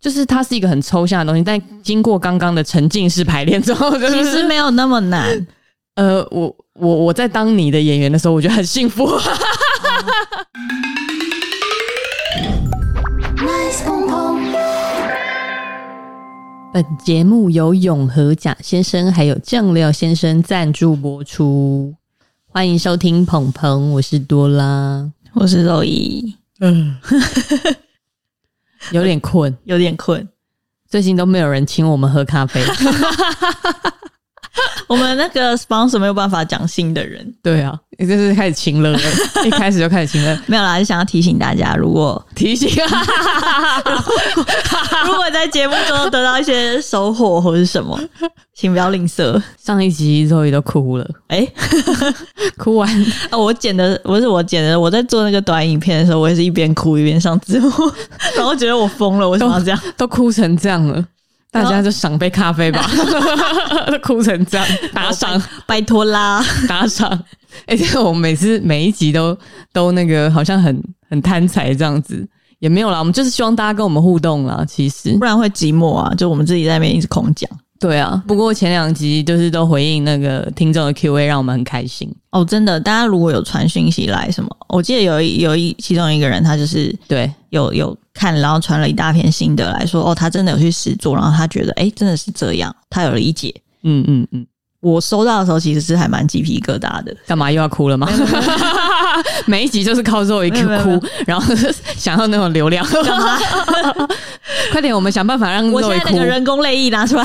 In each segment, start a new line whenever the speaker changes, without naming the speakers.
就是它是一个很抽象的东西，但经过刚刚的沉浸式排练之后，就
其实
嗯
是
没有那么难。
呃，我我我在当你的演员的时候，我觉得很幸福。
本节目由永和贾先生还有酱料先生赞助播出，欢迎收听捧捧，我是多拉，
我是肉姨，
嗯， 有点困，
有点困。
最近都没有人请我们喝咖啡，
我们那个 sponsor 没有办法讲新的人，
对啊，也就是开始亲 了，一开始就开始亲了，
没有啦，就想要提醒大家，如果
提醒啊，
如果在节目中得到一些收获或是什么，请不要吝啬。
上一集周瑜都哭了，
哎、
哭完
啊，我剪的不是我剪的，我在做那个短影片的时候，我也是一边哭一边上字 幕，然后觉得我疯了，为什么要 这样？
都哭成这样了。大家就赏杯咖啡吧， 都哭成这样，打赏
拜托啦！
打赏。而且我们每次每一集都都那个，好像很很贪财这样子，也没有啦。我们就是希望大家跟我们互动啦。其实
不然会寂寞啊，就我们自己在那边一直空讲。
对啊，不过前两集就是都回应那个听众的 Q&A，让我们很开心。
哦，真的，大家如果有传讯息来什么，我记得有一有一其中一个人，他就是
对，
有有看，然后传了一大篇心得来说，哦，他真的有去实做，然后他觉得，哎、真的是这样，他有理解。
嗯嗯嗯，
我收到的时候其实是还蛮鸡皮疙瘩的，
干嘛又要哭了 吗？每一集就是靠肉一 Q
没有没有
哭，然后想要那种流量，快点，我们想办法让
我
肉
现
一
在那
哭
个。人工泪液拿出来。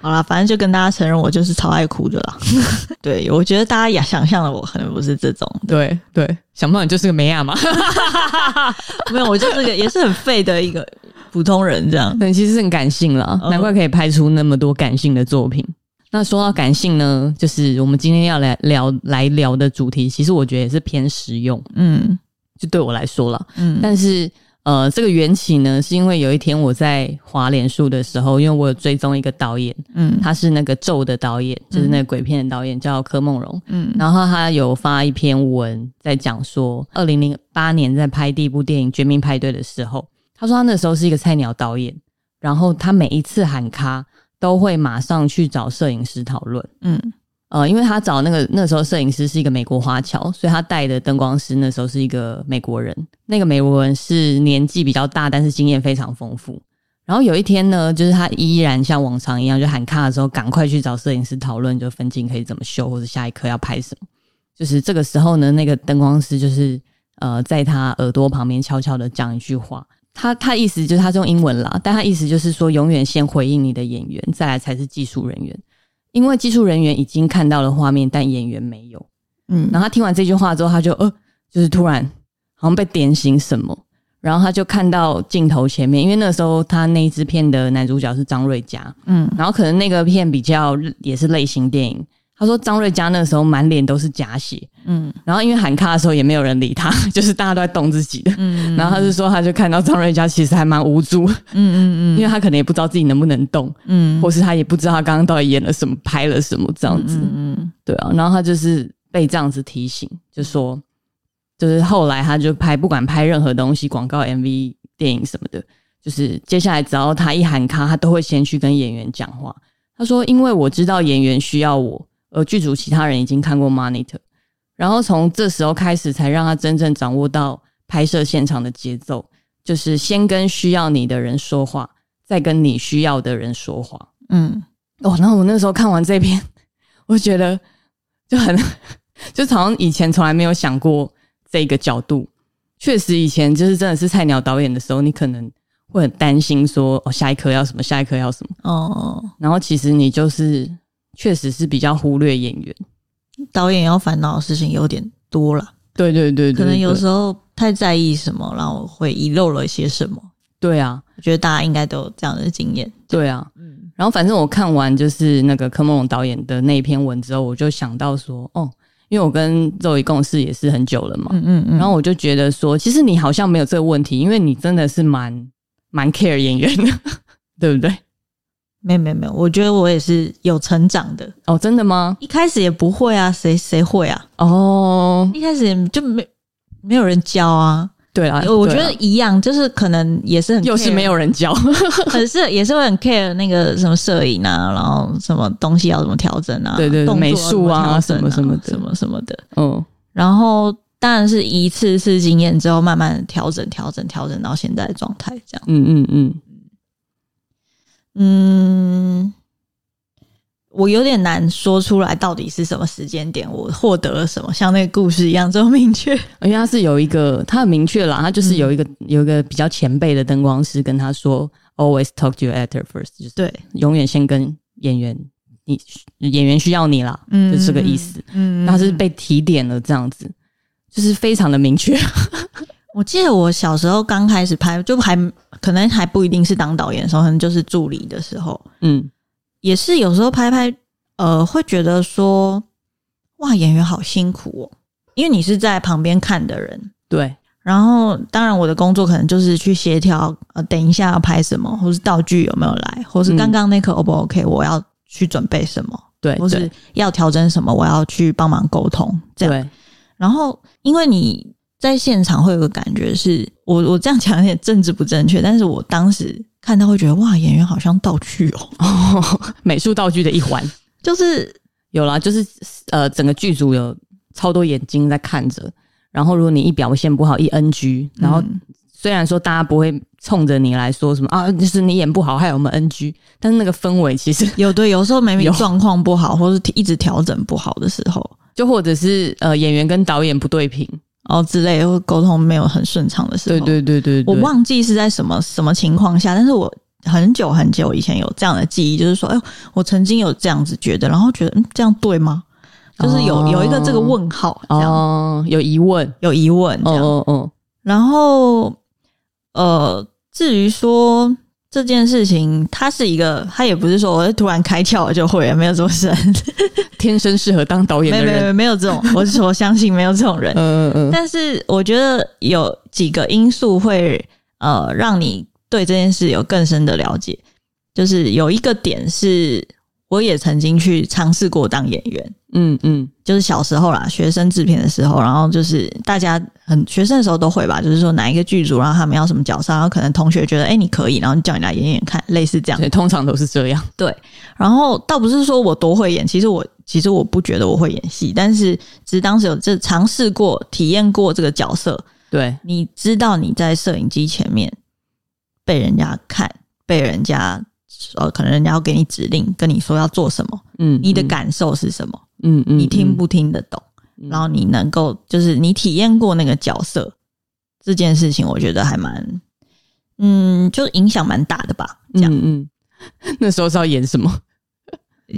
好啦，反正就跟大家承认，我就是超爱哭的啦。 对，我觉得大家也想象的我可能不是这种，
对对，想不到你就是个梅 亚嘛。
没有，我就是个也是很废的一个普通人这样。
对，其实是很感性啦，
嗯
难怪可以拍出那么多感性的作品。那说到感性呢，就是我们今天要来聊来聊的主题，其实我觉得也是偏实用，
嗯
就对我来说啦。
嗯，
但是呃，这个缘起呢，是因为有一天我在滑脸书的时候，因为我有追踪一个导演，
嗯
他是那个咒的导演，就是那个鬼片的导演，叫柯梦荣。
嗯
然后他有发一篇文，在讲说，二零零八年在拍第一部电影《绝命派对》的时候，他说他那时候是一个菜鸟导演，然后他每一次喊咖都会马上去找摄影师讨论。
嗯
呃，因为他找那个那时候摄影师是一个美国华侨，所以他带的灯光师那时候是一个美国人。那个美国人是年纪比较大，但是经验非常丰富。然后有一天呢，就是他依然像往常一样，就喊卡的时候，赶快去找摄影师讨论，就分镜可以怎么修，或者下一刻要拍什么。就是这个时候呢，那个灯光师就是呃，在他耳朵旁边悄悄的讲一句话。他他意思就是他是用英文啦，但他意思就是说，永远先回应你的演员，再来才是技术人员。因为技术人员已经看到了画面，但演员没有。
嗯
然后他听完这句话之后，他就呃，就是突然好像被点醒什么，然后他就看到镜头前面，因为那时候他那一支片的男主角是张瑞佳，
嗯
然后可能那个片比较也是类型电影。他说张瑞佳那时候满脸都是假血，
嗯
然后因为喊卡的时候也没有人理他， 就是大家都在动自己的。
嗯
然后他就说，他就看到张瑞佳其实还蛮无助，
嗯
因为他可能也不知道自己能不能动，
嗯
或是他也不知道他刚刚到底演了什么、拍了什么这样子。
嗯
对啊，然后他就是被这样子提醒，就说，就是后来他就拍，不管拍任何东西，广告、MV、电影什么的，就是接下来只要他一喊卡，他都会先去跟演员讲话。他说：“因为我知道演员需要我，而剧组其他人已经看过 monitor，然后从这时候开始，才让他真正掌握到拍摄现场的节奏，就是先跟需要你的人说话，再跟你需要的人说话。”
嗯
哦，然后我那时候看完这篇，我就觉得就很，就好像以前从来没有想过这个角度。确实，以前就是真的是菜鸟导演的时候，你可能会很担心说，哦，下一颗要什么，下一颗要什么。
哦，
然后其实你就是确实是比较忽略演员。
导演要烦恼的事情有点多了，
对对对
可能有时
候
候太在意什么，然后会遗漏了一些什么。
对啊，
我觉得大家应该都有这样的经验。
对啊。
嗯
然后反正我看完就是那个柯梦龙导演的那一篇文之后，我就想到说，哦，因为我跟肉一共事也是很久了嘛，
嗯嗯嗯，
然后我就觉得说，其实你好像没有这个问题，因为你真的是蛮蛮 care 演员的， 对不对？
没有没有没有，我觉得我也是有成长的。
哦，真的吗？
一开始也不会啊，谁谁会啊？
哦，
一开始也就没没有人教啊，
对啊，
我我觉
对啊
得一样，就是可能也是很
又是
care
没有人 教，
可 是也是会很 care 那个什么摄影啊，然后什么东西要怎么调整啊，
对对对
动作
美术啊
要怎
什么
么调整啊
什么的
什么什么的。
嗯，
然后当然是一次次经验之后，慢慢调整、调整、调整到现在的状态这样。
嗯嗯嗯，
嗯，我有点难说出来到底是什么时间点我获得了什么，像那个故事一样这么明确。
因为他是有一个，他很明确啦，他就是有一个、有一个比较前辈的灯光师跟他说，always talk to your actor first，就是
对，
永远先跟演员，你演员需要你啦，
嗯
就是这个意思。
嗯
他是被提点了这样子，就是非常的明确。
我记得我小时候刚开始拍，就还可能还不一定是当导演的时候，可能就是助理的时候，
嗯，
也是有时候拍拍，呃，会觉得说，哇，演员好辛苦哦，因为你是在旁边看的人。
对，
然后，当然我的工作可能就是去协调，呃，等一下要拍什么，或是道具有没有来，或是
嗯
刚刚那颗 O 不 OK，我要去准备什么，
对，
或
哎对
是要调整什么，我要去帮忙沟通，这样。
对，
然后，因为你在现场会有个感觉是，我我这样讲有点政治不正确，但是我当时看到会觉得哇，演员好像道具哦，
哦，美术道具的一环
就是
有啦，就是呃，整个剧组有超多眼睛在看着。然后，如果你一表现不好，一 NG，然后
嗯
虽然说大家不会冲着你来说什么啊，就是你演不好，害我们 NG，但是那个氛围其实
有对，有时候明明
有
状况不好，或是一直调整不好的时候，
就或者是呃演员跟导演不对频，
哦之类，或沟通没有很顺畅的时候，
对对对对对，
我忘记是在什么什么情况下，但是我。很久很久以前有这样的记忆，就是说，哎呦，我曾经有这样子觉得，然后觉得，嗯，这样对吗？就是有、有一个这个问号，这样、
哦，有疑问，
有疑问，这
哦
样。
哦哦，
然后，呃，至于说这件事情，它是一个，它也不是说我突然开窍了就会了，没有这么深，
天生适合当导演
没
的
有没有没
人，
有没有这种，我是我相信没有这种人。
嗯嗯嗯，
但是我觉得有几个因素会呃让你对这件事有更深的了解，就是有一个点是，我也曾经去尝试过当演员，
嗯 嗯，
就是小时候啦，学生制片的时候，然后就是大家很学生的时候都会吧，就是说哪一个剧组，然后他们要什么角色，然后可能同学觉得哎、诶你可以，然后就叫你来演演看，类似这样。
对，通常都是这样，
对，然后倒不是说我多会演，其实我其实我不觉得我会演戏，但是只是当时有这尝试过、体验过这个角色，
对，
你知道你在摄影机前面被人家看，被人家呃，可能人家要给你指令，跟你说要做什么，
嗯，
你的
嗯，
感受是什么，
嗯嗯，
你听不
嗯，
听得懂。
嗯
然后你能够就是你体验过那个角色这件事情，我觉得还蛮，嗯，就影响蛮大的吧。这样，
嗯嗯， 那时候是要演什么？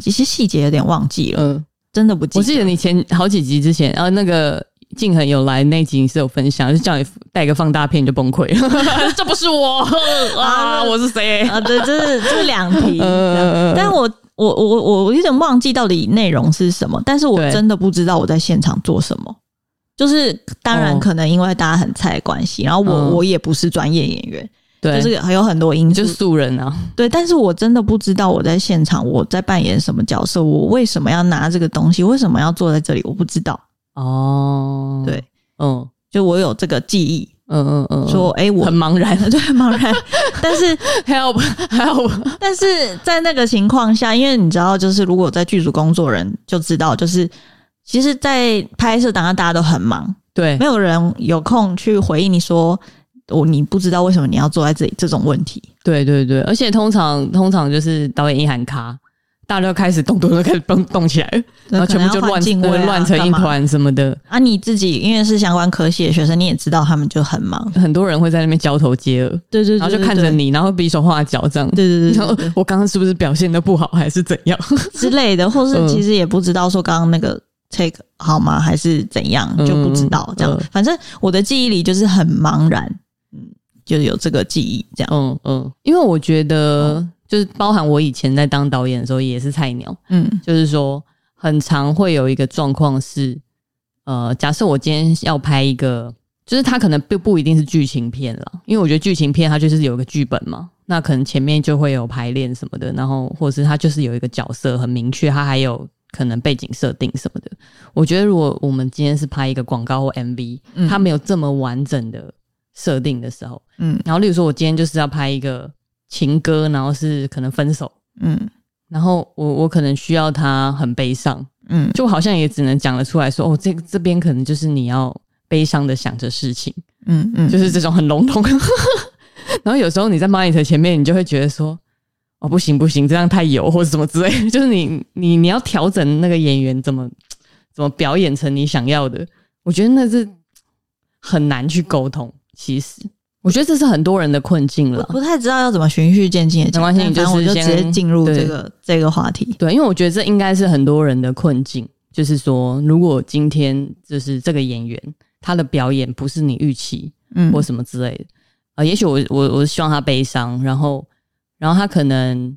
其实细节有点忘记了，
嗯，
真的不记
我记得你前好几集之前，啊，那个。静恒有来那集，你是有分享，就叫你带个放大片你就崩溃了， 这不是我 啊，我是谁？
啊，对，这是这是两
嗯
题。这样
嗯嗯
但我我我我我有点忘记到底内容是什么，但是我
对
真的不知道我在现场做什么。就是当然
哦
可能因为大家很菜的关系，然后我、
嗯
我也不是专业演员，
对，
就是还有很多因
你
素
就素人啊，
对，但是我真的不知道我在现场我在扮演什么角色，我为什么要拿这个东西，为什么要坐在这里，我不知道。
哦，
对，
嗯
就我有这个记忆，
嗯嗯嗯，
说哎、诶我
很茫 然
对茫然， 但是
，help help，
但是在那个情况下，因为你知道，就是如果在剧组工作人就知道，就是其实，在拍摄当下大家都很忙，
对
没，有人有空去回应你说我你不知道为什么你要坐在这里这种问题。
对对对，而且通常通常就是导演一喊卡，大家就开始动动就开始动动起来了，然后
可
全
能
部就
要换
乱
镜
对
位啊
乱成一
干嘛
团什么的，
啊，你自己因为是相关科系的学生，你也知道他们就很忙，
很多人会在那边交头接耳，
对对
然后就看着，你，然后比手画脚这样。
对对
然
对
后
对
我刚刚是不是表现的不好，还是怎样？
之类的，或
嗯
是其实也不知道说刚刚那个 take 好吗，还是怎样，
嗯
就不知道这样
嗯。
反正我的记忆里就是很茫然，嗯，就有这个记忆这样。
嗯嗯，因为我觉得就是包含我以前在当导演的时候也是菜鸟，
嗯
就是说，很常会有一个状况是，呃，假设我今天要拍一个，就是它可能不不一定是剧情片啦，因为我觉得剧情片它就是有一个剧本嘛，那可能前面就会有排练什么的，然后或是它就是有一个角色很明确，它还有可能背景设定什么的。我觉得如果我们今天是拍一个广告或 MV，
嗯
它没有这么完整的。设定的时候，
嗯
然后例如说我今天就是要拍一个情歌，然后是可能分手，
嗯
然后我我可能需要他很悲伤，
嗯，
就我好像也只能讲得出来说，哦，这这边可能就是你要悲伤的想着事情，
嗯嗯，
就是这种很笼统。 然后有时候你在 monitor 前面，你就会觉得说，哦，不行不行，这样太油或者什么之类的， 就是你你你要调整那个演员怎么怎么表演成你想要的。我觉得那是很难去沟通，其实我觉得这是很多人的困境
我
了。
不太知道要怎么循序渐进的讲，
没关系
但
你就是
反正我就直
先
接进入
对
这个这个话题。
对，因为我觉得这应该是很多人的困境，就是说，如果今天就是这个演员他的表演不是你预期，
嗯
或什么之类的。呃，也许我我我希望他悲伤，然后然后他可能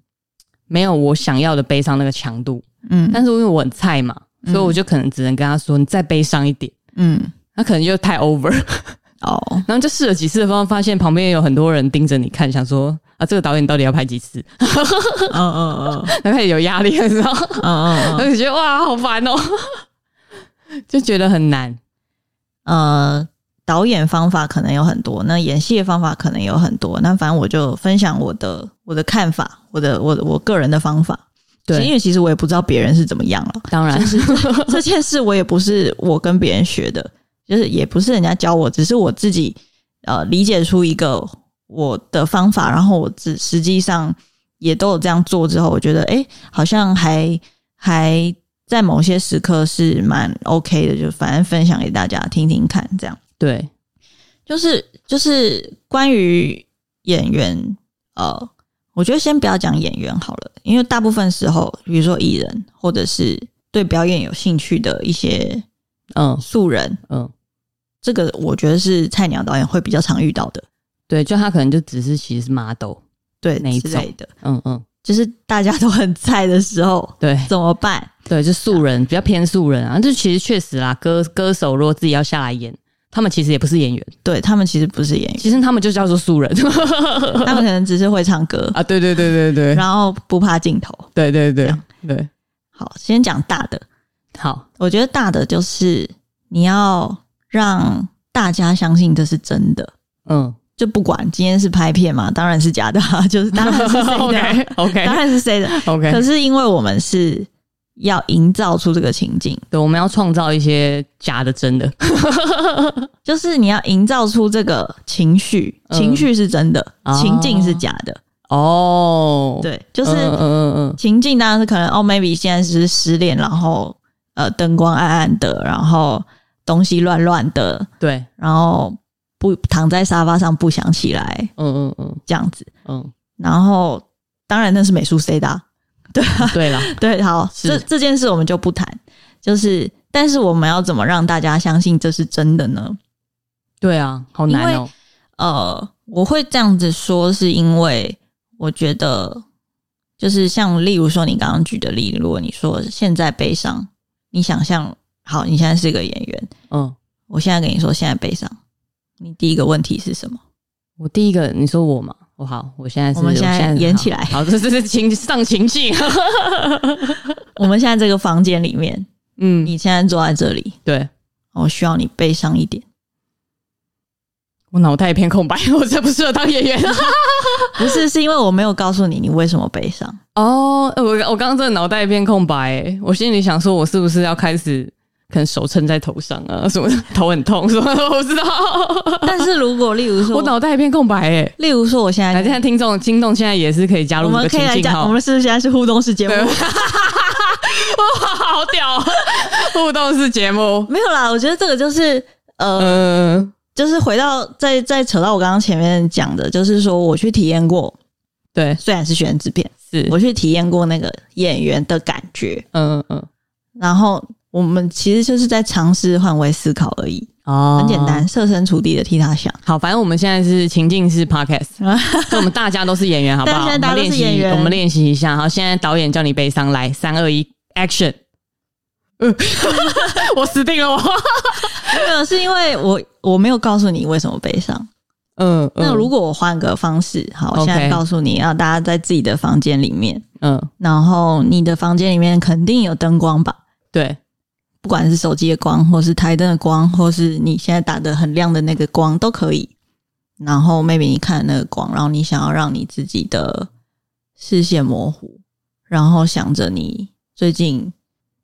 没有我想要的悲伤那个强度，
嗯
但是因为我很菜嘛，所以我
嗯
就可能只能跟他说你再悲伤一点，
嗯
他可能就太 over，
哦，
然后就试了几次的方发现旁边有很多人盯着你看，想说啊这个导演到底要拍几次，
嗯嗯嗯
他开始有压力了，知道吗，
嗯嗯嗯，
而且觉得哇好烦哦， 就觉得很难，
呃，导演方法可能有很多，那演戏的方法可能有很多，那反正我就分享我的我的看法，我的我我个人的方法。
对
其实因为其实我也不知道别人是怎么样了，
当然
就是这这件事我也不是我跟别人学的，就是也不是人家教我，只是我自己呃理解出一个我的方法，然后我自实际上也都有这样做之后，我觉得诶好像还还在某些时刻是蛮 OK 的，就反正分享给大家听听看，这样
对，
就是就是关于演员呃。我觉得先不要讲演员好了，因为大部分时候，比如说艺人或者是对表演有兴趣的一些
嗯
素人，
嗯。
这个我觉得是菜鸟导演会比较常遇到的，
对，就他可能就只是其实是 model，
对
哪一
之
种
类的，
嗯嗯，
就是大家都很菜的时候
对，
怎么办？
对，就素人比较偏素人啊，这其实确实啦，歌歌手如果自己要下来演，他们其实也不是演员，
对他们其实不是演员，
其实他们就叫做素人
他们可能只是会唱歌，
啊。对对对对对，
然后不怕镜头。
对对对
样
对，
好，先讲大的，
好，
我觉得大的就是你要让大家相信这是真的。
嗯
就不管今天是拍片嘛，当然是假的啊、就是当然是 谁的，
，OK OK
当然是谁的。可
哦 OK，
是因为我们是要营造出这个情境，
对，我们要创造一些假的真的，
就是你要营造出这个情绪，
嗯
情绪是真的，
哦
情境是假的。
哦，，
对，就是
嗯嗯嗯
情境当然是可能哦，maybe 现在是失恋，然后呃灯光暗暗的，然后东西乱乱的，
嗯，对，
然后不躺在沙发上不想起来
嗯嗯嗯
这样子。
嗯，
然后当然那是美术 C 的啊、
对啦，
对，好，
是
这这件事我们就不谈，就是但是我们要怎么让大家相信这是真的呢？
对啊，好难哦，
呃，我会这样子说，是因为我觉得，就是像例如说你刚刚举的例子，如果你说现在悲伤，你想象好，你现在是一个演员，
嗯，
我现在跟你说现在悲伤，你第一个问题是什么？
我第一个，你说我嘛，我好，我现在是，
我们现在演起
来，
来，
好，这这是情上情境，
我们现在这个房间里面，
嗯，
你现在坐在这里，
对。
我需要你悲伤一点，
我脑袋一片空白， 我这不适合当演员。
不是是因为我没有告诉你你为什么悲 伤，
哦，呃我我刚刚真的脑袋一片空白欸，我心里想说，我是不是要开始可能手撑在头上啊， 什么的头很痛什么的， 我不知道。
但是如果例如说，
我脑袋一片空白哎，
例如说我现在
来，现在听众听众现在也是可以加入
我
这
们
个
可以来
情境
讲，我
哈，
们是不是现在是互动式节目
对，？哇， 好屌 哦，互动式节目，
没有啦，我觉得这个就是呃，
嗯
就是回到再再扯到我刚刚前面讲的，就是说我去体验过，
对，
虽然是选制片，
是，
我去体验过那个演员的感觉，
嗯嗯嗯，
然后我们其实就是在尝试换位思考而已，
哦
很简单，。设身处地的替他想。
好，反正我们现在 是情境是 podcast，所以我们大家都是演员，好不好？
对现在大家都是演员
我们练习我们练习一下。好，现在导演叫你悲伤，来，三二一，action！嗯我死定了我。
没有，是因为我我没有告诉你为什么悲伤。
嗯，
那如果我换个方式，好，我
OK
现在告诉你，啊让大家在自己的房间里面，
嗯，
然后你的房间里面肯定有灯光吧？
对，
不管是手机的光，或是台灯的光，或是你现在打的很亮的那个光都可以。然后 maybe 你看那个光，然后你想要让你自己的视线模糊，然后想着你最近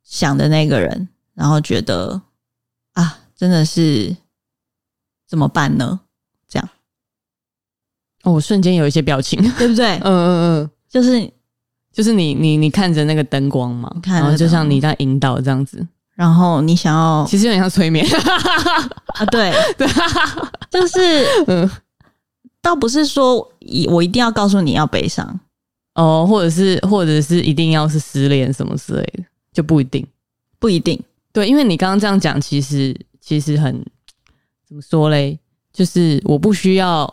想的那个人，然后觉得啊，真的是怎么办呢？这样
哦，我瞬间有一些表情，嗯
对不对？
嗯嗯，
就是
就是你你你看着那个灯光嘛，
看着
然后就
灯
像
光
你在引导这样子，
然后你想要
其实有点像 催眠，
啊，对，
对，
就是
嗯，
倒不是说一我一定要告诉你要悲伤，
哦，或者是或者是一定要是失恋什么之类的，就不一定。
不一定。
对，因为你刚刚这样讲，其实其实很怎么说嘞？就是我不需要，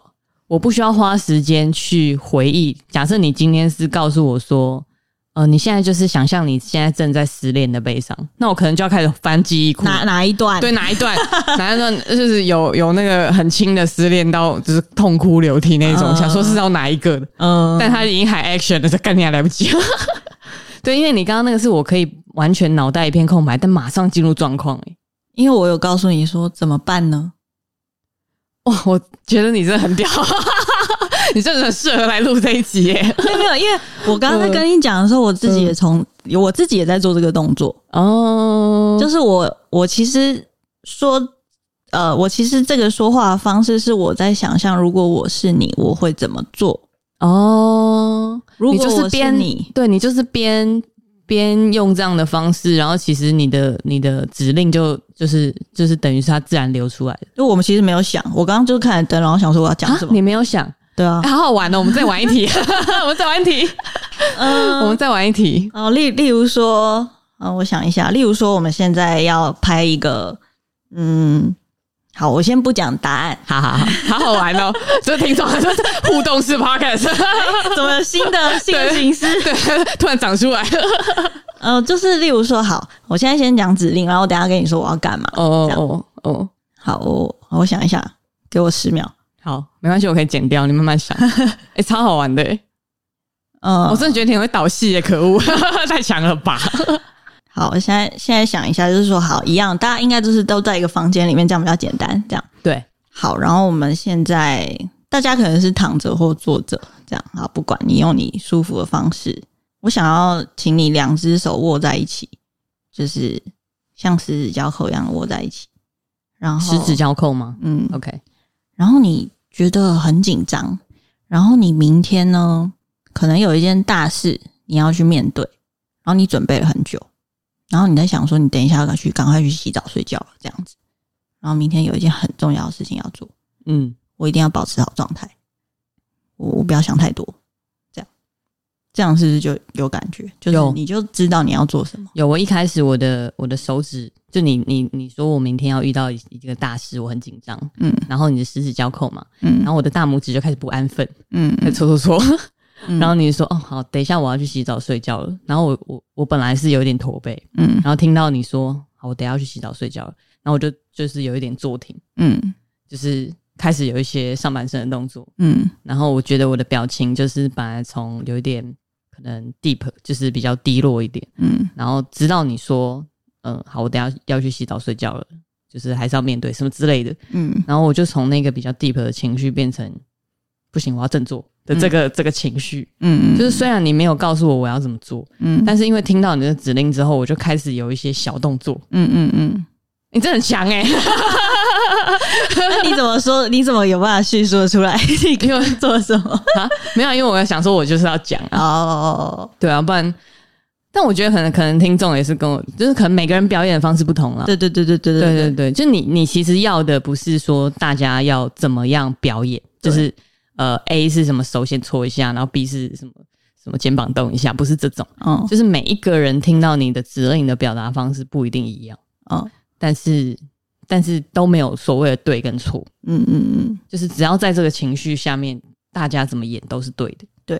我不需要花时间去回忆。假设你今天是告诉我说，呃，你现在就是想象你现在正在失恋的悲伤，那我可能就要开始翻记忆库，
哪哪一段？
对哪一段，哪一段就是有有那个很轻的失恋到就是痛哭流涕那种，
嗯
想说是要哪一个的，
嗯，
但他已经还 action 了，这干你还来不及。 对，因为你刚刚那个是我可以完全脑袋一片空白，但马上进入状况、欸。
因为我有告诉你说怎么 办呢？
哇，哦我觉得你真的很屌， 你真的很适合来录这一集耶。
没有，没有，因为我刚刚在跟你讲的时候，我自己也从、
嗯
我自己也在做这个动作，
哦，
就是我我其实说，呃，我其实这个说话的方式是我在想象，如果我是你，我会怎么做？
哦，
如
你
果
就是
我
边
你，
对你就是边边用这样的方式，然后其实你的你的指令就就是就是等于是它自然流出来的。
就我们其实没有想，我刚刚就看着灯，然后想说我要讲
啊
什么，
你没有想，
对啊
哎，好好玩哦！我们再玩一 题，我们再玩一题，
嗯，
我们再玩一题。
哦，例例如说，嗯、我想一下，例如说，我们现在要拍一个，嗯，好，我先不讲答案
，好好好，好好玩 哦！这听众这是互动式 podcast，
怎么有新的新的
对
形式？
对，突然长出来了。
呃，就是例如说，好，我现在先讲指令，然后我等一下跟你说我要干嘛。
哦哦哦，
好，我我想一下，给我十秒。
好，没关系，我可以剪掉，你慢慢 想。哎、超好玩的、欸，
嗯，
我真的觉得你很会导戏耶，可恶，哦 太强了吧？
好，我现在现在想一下，就是说，好，一样，大家应该就是都在一个房间里面，这样比较简单。这样
对，
好，然后我们现在大家可能是躺着或坐着，这样好，不管你用你舒服的方式。我想要请你两只手握在一起，就是像十指交扣一样握在一起，然后
十指，交扣吗
嗯，
？OK，
然后你觉得很紧张，然后你明天呢，可能有一件大事你要去面对，然后你准备了很久，然后你在想说，你等一下要去赶快去洗澡睡觉了这样子，然后明天有一件很重要的事情要做，
嗯，
我一定要保持好状态，我我不要想太多，这样这样是不是就有感觉？就是
有
你就知道你要做什么，
有。我一开始我的我的手指，就你你你说我明天要遇到一一个大事，我很紧张。
嗯
然后你的十指交扣嘛，
嗯
然后我的大拇指就开始不安分，
嗯
在 搓搓搓。
嗯
然后你说哦好，等一下我要去洗澡睡觉了。然后我我我本来是有点驼背，
嗯
然后听到你说好，我等一下要去洗澡睡觉了，然后我就就是有一点坐停，
嗯
就是开始有一些上半身的动作。
嗯
然后我觉得我的表情就是本来从有一点可能 deep，就是比较低落一点，
嗯
然后直到你说，嗯，好，我等一下要去洗澡睡觉了，就是还是要面对什么之类的。
嗯
然后我就从那个比较 deep 的情绪变成不行，我要振作的这个、这个情绪。
嗯，
就是虽然你没有告诉我我要怎么做，
嗯
但是因为听到你的指令之后，我就开始有一些小动作。
嗯嗯嗯。
你真的很强哎、
那你怎么说？你怎么有办法叙述得出来？你给我做什么？
啊， 没有，因为我想说，我就是要讲啊，
哦，
对啊，不然，但我觉得可能可能听众也是跟我，就是可能每个人表演的方式不同了。
对对对对
对
对
对
对，
对，就你你其实要的不是说大家要怎么样表演，
对
就是呃 A 是什么手先搓一下，然后 B 是什么什么肩膀动一下，不是这种，
嗯
就是每一个人听到你的指令的表达方式不一定一样，
嗯
但是但是都没有所谓的对跟错，
嗯嗯嗯，
就是只要在这个情绪下面，大家怎么演都是对的。
对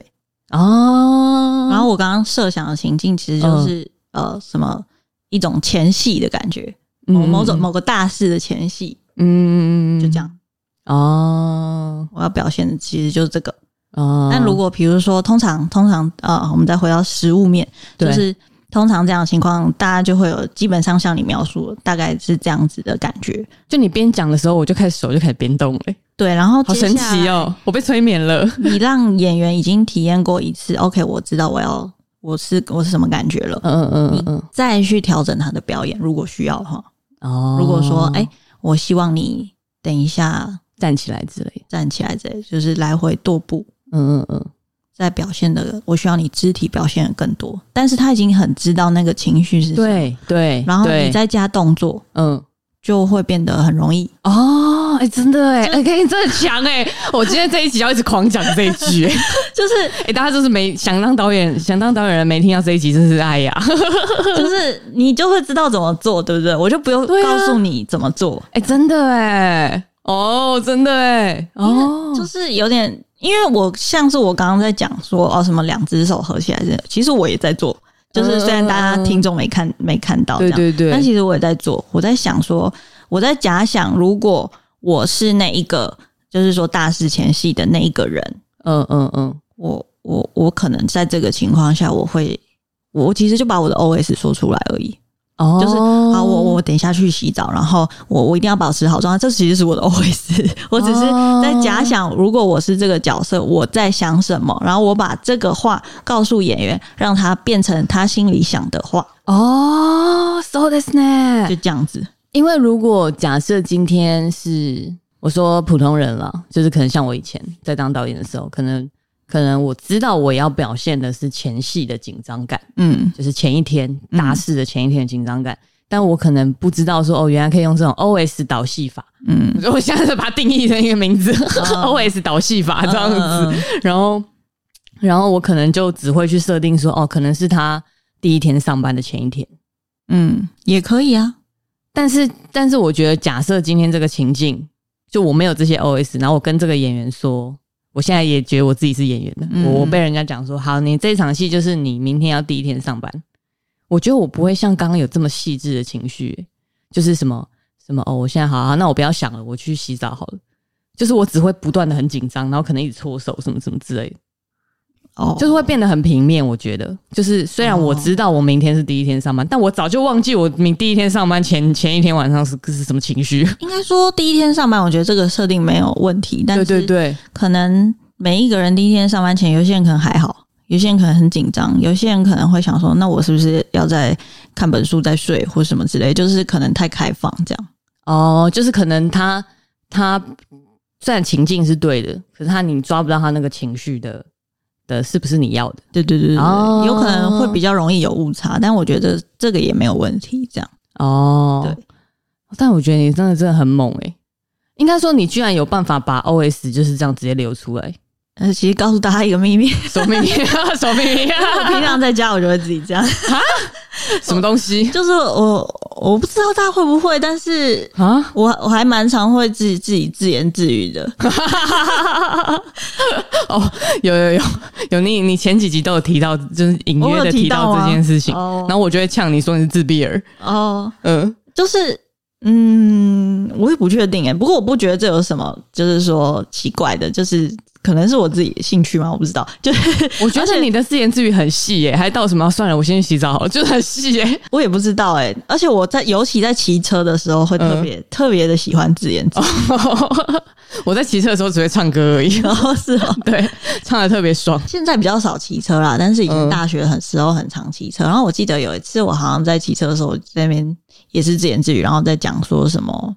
哦，
然后我刚刚设想的情境其实就是呃什么一种前戏的感觉，某
嗯
某种某个大事的前戏，
嗯，
就这样。
哦
我要表现的其实就是这个。
哦。
但如果比如说，通常通常呃，我们再回到实物面，
对
就是通常这样的情况，大家就会有基本上像你描述的，大概是这样子的感觉。
就你边讲的时候，我就开始手就开始边动了、欸
对，然后
好神奇
哦！
哦！我被催眠了。
你让演员已经体验过一次，OK，我知道我要我是我是什么感觉了，
嗯嗯嗯嗯
再去调整他的表演，如果需要的话。
嗯。哦
如果说，哎、我希望你等一下
站起来之类的，
站起来，这就是来回踱步，
嗯嗯嗯，
在表现的，我需要你肢体表现的更多。但是他已经很知道那个情绪是什么，
对对，
然后
对
你再加动作，
嗯。
就会变得很容易。
哦，哎、真的哎、哎、欸，真的强哎、我今天这一集要一直狂讲这一句、欸，
就是
哎、大家 就是没想当导演，想当导演的人没听到这一集，真是哎呀，
就是你就会知道怎么做，对不对？我就不用
对啊
告诉你怎么做，
哎、真的哎、哦，真的哎、哦，
就是有点，因为我像是我刚刚在讲说哦，什么两只手合起来是，其实我也在做，就是虽然大
嗯
家听众没看没看到这
对
样，
对对，
但其实我也在做，我在想说，我在假想如果我是那一个，就是说大事前戏的那一个人，
嗯嗯嗯，
我我我可能在这个情况下，我会我其实就把我的 OS 说出来而已，
哦，
就是好，我我等一下去洗澡，然后我我一定要保持好状态。这其实是我的 OS，我 只是在假想，如果我是这个角色，我在想什么，然后我把这个话告诉演员，让他变成他心里想的话，
哦，so this 呢
就，这样子。
因为如果假设今天是我说普通人了，就是可能像我以前在当导演的时候，可能可能我知道我要表现的是前戏的紧张感，
嗯，
就是前一天
嗯
大事的前一天的紧张感。但我可能不知道说哦，原来可以用这种 O S 导戏法。
嗯
我说我现在是把它定义成一个名字、
嗯
o S 导戏法这样子。
嗯嗯嗯
然后，然后我可能就只会去设定说哦，可能是他第一天上班的前一天。
嗯，也可以啊。
但是，但是我觉得，假设今天这个情境，就我没有这些 OS，然后我跟这个演员说，我现在也觉得我自己是演员的，
嗯
我我被人家讲说，好，你这场戏就是你明天要第一天上班，我觉得我不会像刚刚有这么细致的情绪、欸就是什么什么哦，我现在好、啊，那我不要想了，我去洗澡好了。就是我只会不断的很紧张，然后可能一直搓手什么什么之类的，
哦，
就是会变得很平面。我觉得，就是虽然我知道我明天是第一天上班，但我早就忘记我明第一天上班前前一天晚上是是什么情绪。
应该说第一天上班，我觉得这个设定没有问题，但
对对
是
对，
可能每一个人第一天上班前，有些人可能还好。有些人可能很紧张，有些人可能会想说，那我是不是要再看本书再睡或什么之类，就是可能太开放这样。
哦，就是可能他他虽然情境是对的，可是他你抓不到他那个情绪的的是不是你要的？
对对对对对，
哦
有可能会比较容易有误差，但我觉得这个也没有问题。这样，
哦，
对。
但我觉得你真的真的很猛诶、应该说你居然有办法把 O S 就是这样直接流出来，
但是呃其实告诉大家一个秘密，
什么秘密？啊什么秘密？
我平常在家我就会自己这样，
什么东西
就是我我不知道大家会不会，但是
啊？
我我还蛮常会自己自己自言自语的。
哦 有有有有你，你前几集都有提到，就是隐
我
约
有
的
提
提
到
到啊
吗
这件事情，
哦
然后我就会呛你说你是自闭儿，
哦，
嗯，
就是嗯，我也不确定哎，不过我不觉得这有什么，就是说奇怪的，就是可能是我自己的兴趣吗？我不知道，就是
我觉
而
得
且
你的自言自语很细耶、还到什么、啊算了，我先去洗澡好了，就是很细耶、
我也不知道哎，而且我在尤其在骑车的时候会
嗯
特别、特别的喜欢自言
哦
自语，
我在骑车的时候只会唱歌而已，
然后是 哦。
对，唱的特别爽。
现在比较少骑车啦，但是以
嗯
前大学很时候很常骑车。然后我记得有一次，我好像在骑车的时候，我在那边也是自言自语，然后在讲说什么，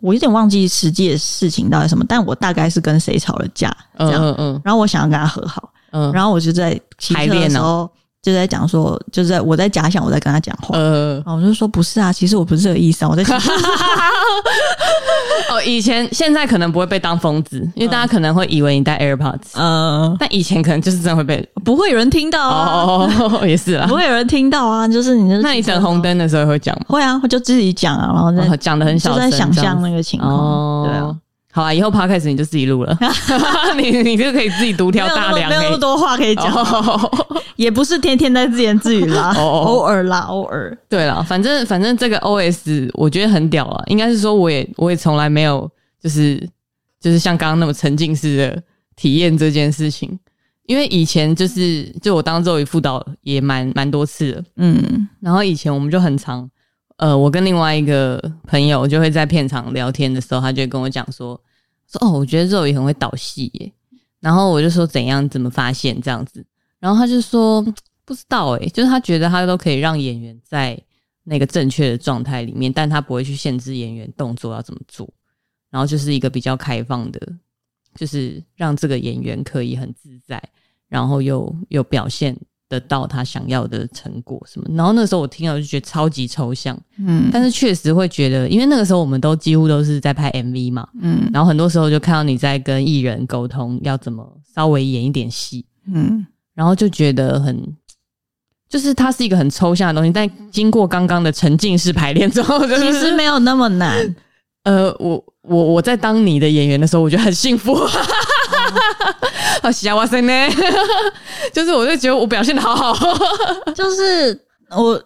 我有点忘记实际的事情到底什么，但我大概是跟谁吵了架这
嗯
样。
嗯嗯
然后我想要跟他和好，
嗯，
然后我就在骑车
排
的
练
时
哦
候就在讲说，就是在我在假想我在跟他讲话，
呃，
然后我就说不是啊，其实我不是这个意思啊，我在骑 车
哦，以前现在可能不会被当疯子，因为大家可能会以为你戴 AirPods，、
呃，
但以前可能就是真的会被。
不会有人听到啊，
哦， 也是啦
不。会有人听到啊，就是你就是
那你
骑车的
等
时候
红灯的时候会讲吗？
会啊，我就自己讲啊，然后在
哦讲的很小
就
声，
在想
这样
象
子
那个情况，对啊
哦。。好啊，以后 podcast 你就自己录 了， 你你就可以自己独
没有
挑大
那么
梁
啊没有那
欸
么多话可以讲，
哦
也不是天天在自言自语啦，
哦哦
偶尔啦，偶尔。
对了，反正反正这个 OS 我觉得很屌啊，应该是说我也我也从来没有就是就是像刚刚那么沉浸式的体验这件事情，因为以前就是就我当周瑜副导也蛮蛮多次的，
嗯
然后以前我们就很常，呃，我跟另外一个朋友就会在片场聊天的时候，他就会跟我讲说，说哦，我觉得肉也很会导戏耶。然后我就说怎样怎么发现这样子，然后他就说嗯不知道诶，就是他觉得他都可以让演员在那个正确的状态里面，但他不会去限制演员动作要怎么做，然后就是一个比较开放的，就是让这个演员可以很自在，然后又又表现得到他想要的成果什么。然后那时候我听了就觉得超级抽象，
嗯
但是确实会觉得，因为那个时候我们都几乎都是在拍 MV 嘛，
嗯
然后很多时候就看到你在跟艺人沟通要怎么稍微演一点戏，
嗯
然后就觉得很，就是它是一个很抽象的东西，但经过刚刚的沉浸式排练之后，就
其
是
实没有那么难，
呃，我我我在当你的演员的时候，我觉得很幸福，
嗯
好幸哇塞呢， 就是我就觉得我表现的好好，
就是我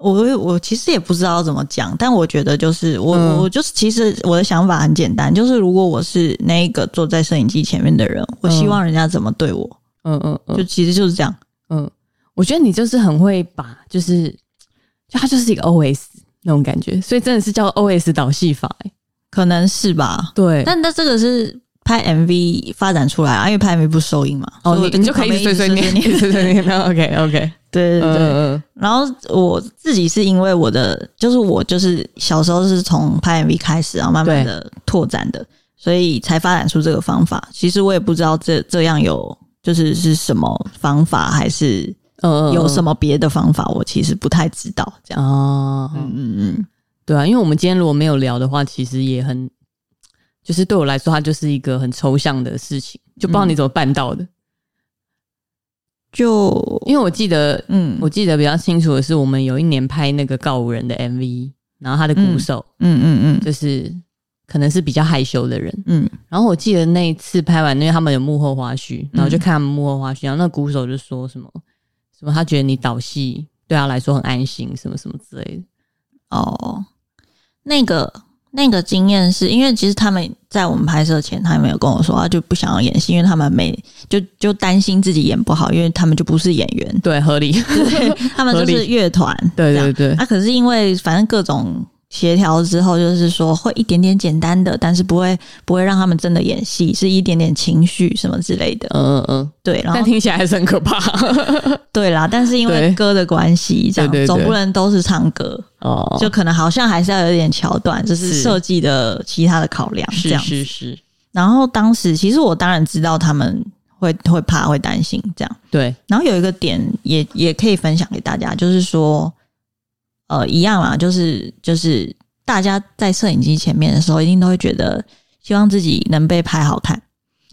我我其实也不知道怎么讲，但我觉得就是我、
嗯
我就是其实我的想法很简单，就是如果我是那一个坐在摄影机前面的人，我希望人家怎么对我，
嗯嗯嗯
就其实就是这样。
嗯，我觉得你就是很会把，就是就他就是一个 OS 那种感觉，所以真的是叫 OS 导戏法、欸，
可能是吧，
对但
但但这个是拍 MV 发展出来啊，因为拍 MV 不收音嘛，
哦，
所以
你
我
你就可以一直碎碎念，一
一直
直碎
碎
碎
念
念。OK OK，
对对对。
嗯
然后我自己是因为我的，就是我就是小时候是从拍 MV 开始，然后慢慢的拓展的，所以才发展出这个方法。其实我也不知道这这样有就是是什么方法，还是
嗯
有什
么
么别的方法，我其实不太知道。这样，
哦，
嗯嗯嗯，
对啊，因为我们今天如果没有聊的话，其实也很，就是对我来说，它就是一个很抽象的事情，就不知道你怎么办到的。
嗯就
因为我记得，
嗯
我记得比较清楚的是，我们有一年拍那个告五人的 MV，然后他的鼓手、
嗯嗯嗯
就是可能是比较害羞的人，
嗯
然后我记得那一次拍完，因为他们有幕后花絮，然后就看他们幕后花絮，然后那个鼓手就说什么什么，他觉得你导戏对他来说很安心，什么什么之类的。
哦，那个那个经验是因为其实他们在我们拍摄前，他们有跟我说，他就不想要演戏，因为他们没就就担心自己演不好，因为他们就不是演员。
对，合理。
对，他们就
合
是
理
乐团，
对
这样
对对，
啊，可是因为反正各种协调之后，就是说会一点点简单的，但是不会不会让他们真的演戏，是一点点情绪什么之类的。
嗯嗯嗯，
对，然
但
后
听起来还是很可怕。
对啦，但是因
对
为歌的关系，这样
对对对
总不能都是唱歌，
哦，
就可能好像还是要有点桥段，就是
是
设计的其他的考量这
是
样。
是是，
然后当时其实我当然知道他们会会怕会担心这样。
对，
然后有一个点也也可以分享给大家，就是说，呃，一样啦，就是就是大家在摄影机前面的时候，一定都会觉得希望自己能被拍好看，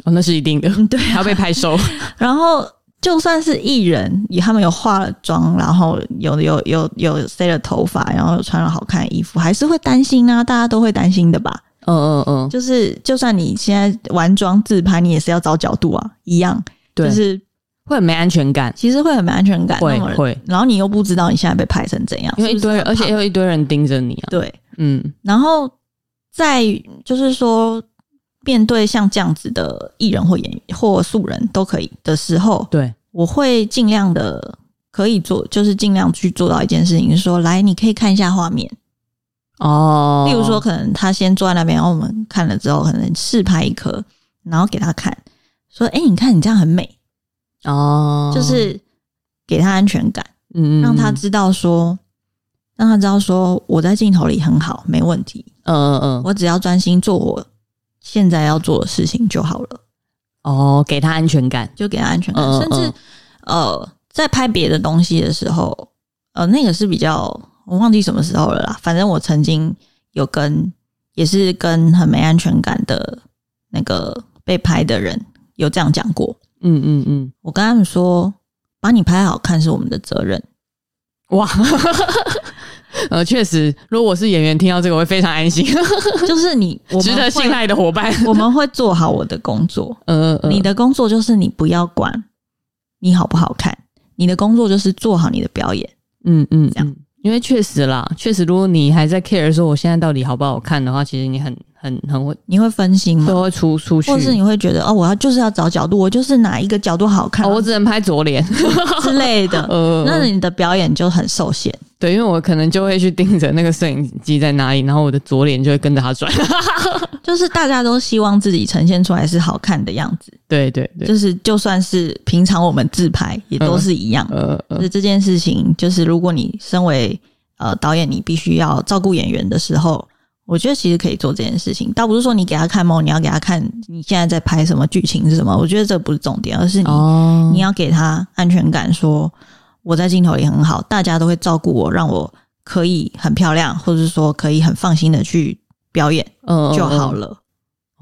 哦，那是一定的，
对啊
还要被拍 收。
然后就算是艺人，也他们有化了妆，然后有有有有塞了头发，然后有穿了好看的衣服，还是会担心啊，大家都会担心的吧？
嗯嗯嗯，
就是就算你现在玩妆自拍，你也是要找角度啊，一样，
对，
就是
会很没安全感，
其实会很没安全感，
会
那种人
会，
然后你又不知道你现在被拍成怎样，
因为一
是不
堆
是
人，而且又一堆人盯着你啊。
对，
嗯，
然后在就是说面对像这样子的艺人或演员或素人都可以的时候，
对，
我会尽量的可以做，就是尽量去做到一件事情，是说来你可以看一下画面，
哦，
例如说，可能他先坐在那边，然后我们看了之后，可能试拍一颗，然后给他看，说哎、诶你看你这样很美，
哦，
就是给他安全感。
嗯，嗯
让他
嗯
知道说，让他知道说我在镜头里很好，没问题，
嗯嗯嗯，
我只要专心做我现在要做的事情就好了，
哦，给他安全感。
就给他安全感。
嗯嗯
甚至
嗯
呃，在拍别的东西的时候，呃，那个是比较我忘记什么时候了啦。反正我曾经有跟也是跟很没安全感的那个被拍的人有这样讲过，
嗯嗯嗯，
我跟他们说，把你拍好看是我们的责 任。
嗯哇， 呃，确实，如果我是演员，听到这个我会非常安心，
就是你，我 们
值得
会
信赖的伙伴。
我们会做好我的工作。
嗯嗯嗯，
你的工作就是你不要管你好不好看，你的工作就是做好你的表演。
嗯嗯
这样
嗯因为确实啦，确实，如果你还在 care 说我现在到底好不好看的话，其实你很很很会，
你会分心吗？
都会出出去。
嗯或是你会觉得哦，我要就是要找角度，我就是哪一个角度好看、
哦，我只能拍左脸，
之类的，
呃，
那你的表演就很受限。
对，因为我可能就会去盯着那个摄影机在哪里，然后我的左脸就会跟着它转。
就是大家都希望自己呈现出来是好看的样子，
对对对，
就是就算是平常我们自拍也都是一样。
呃
就
呃，
是这件事情，就是如果你身为呃导演，你必须要照顾演员的时候，我觉得其实可以做这件事情。倒不是说你给他看猫，你要给他看你现在在拍什么剧情是什么，我觉得这不是重点，而是你、
哦
你要给他安全感说我在镜头里很好，大家都会照顾我，让我可以很漂亮，或者是说可以很放心的去表演
嗯哦
就好
了。
了。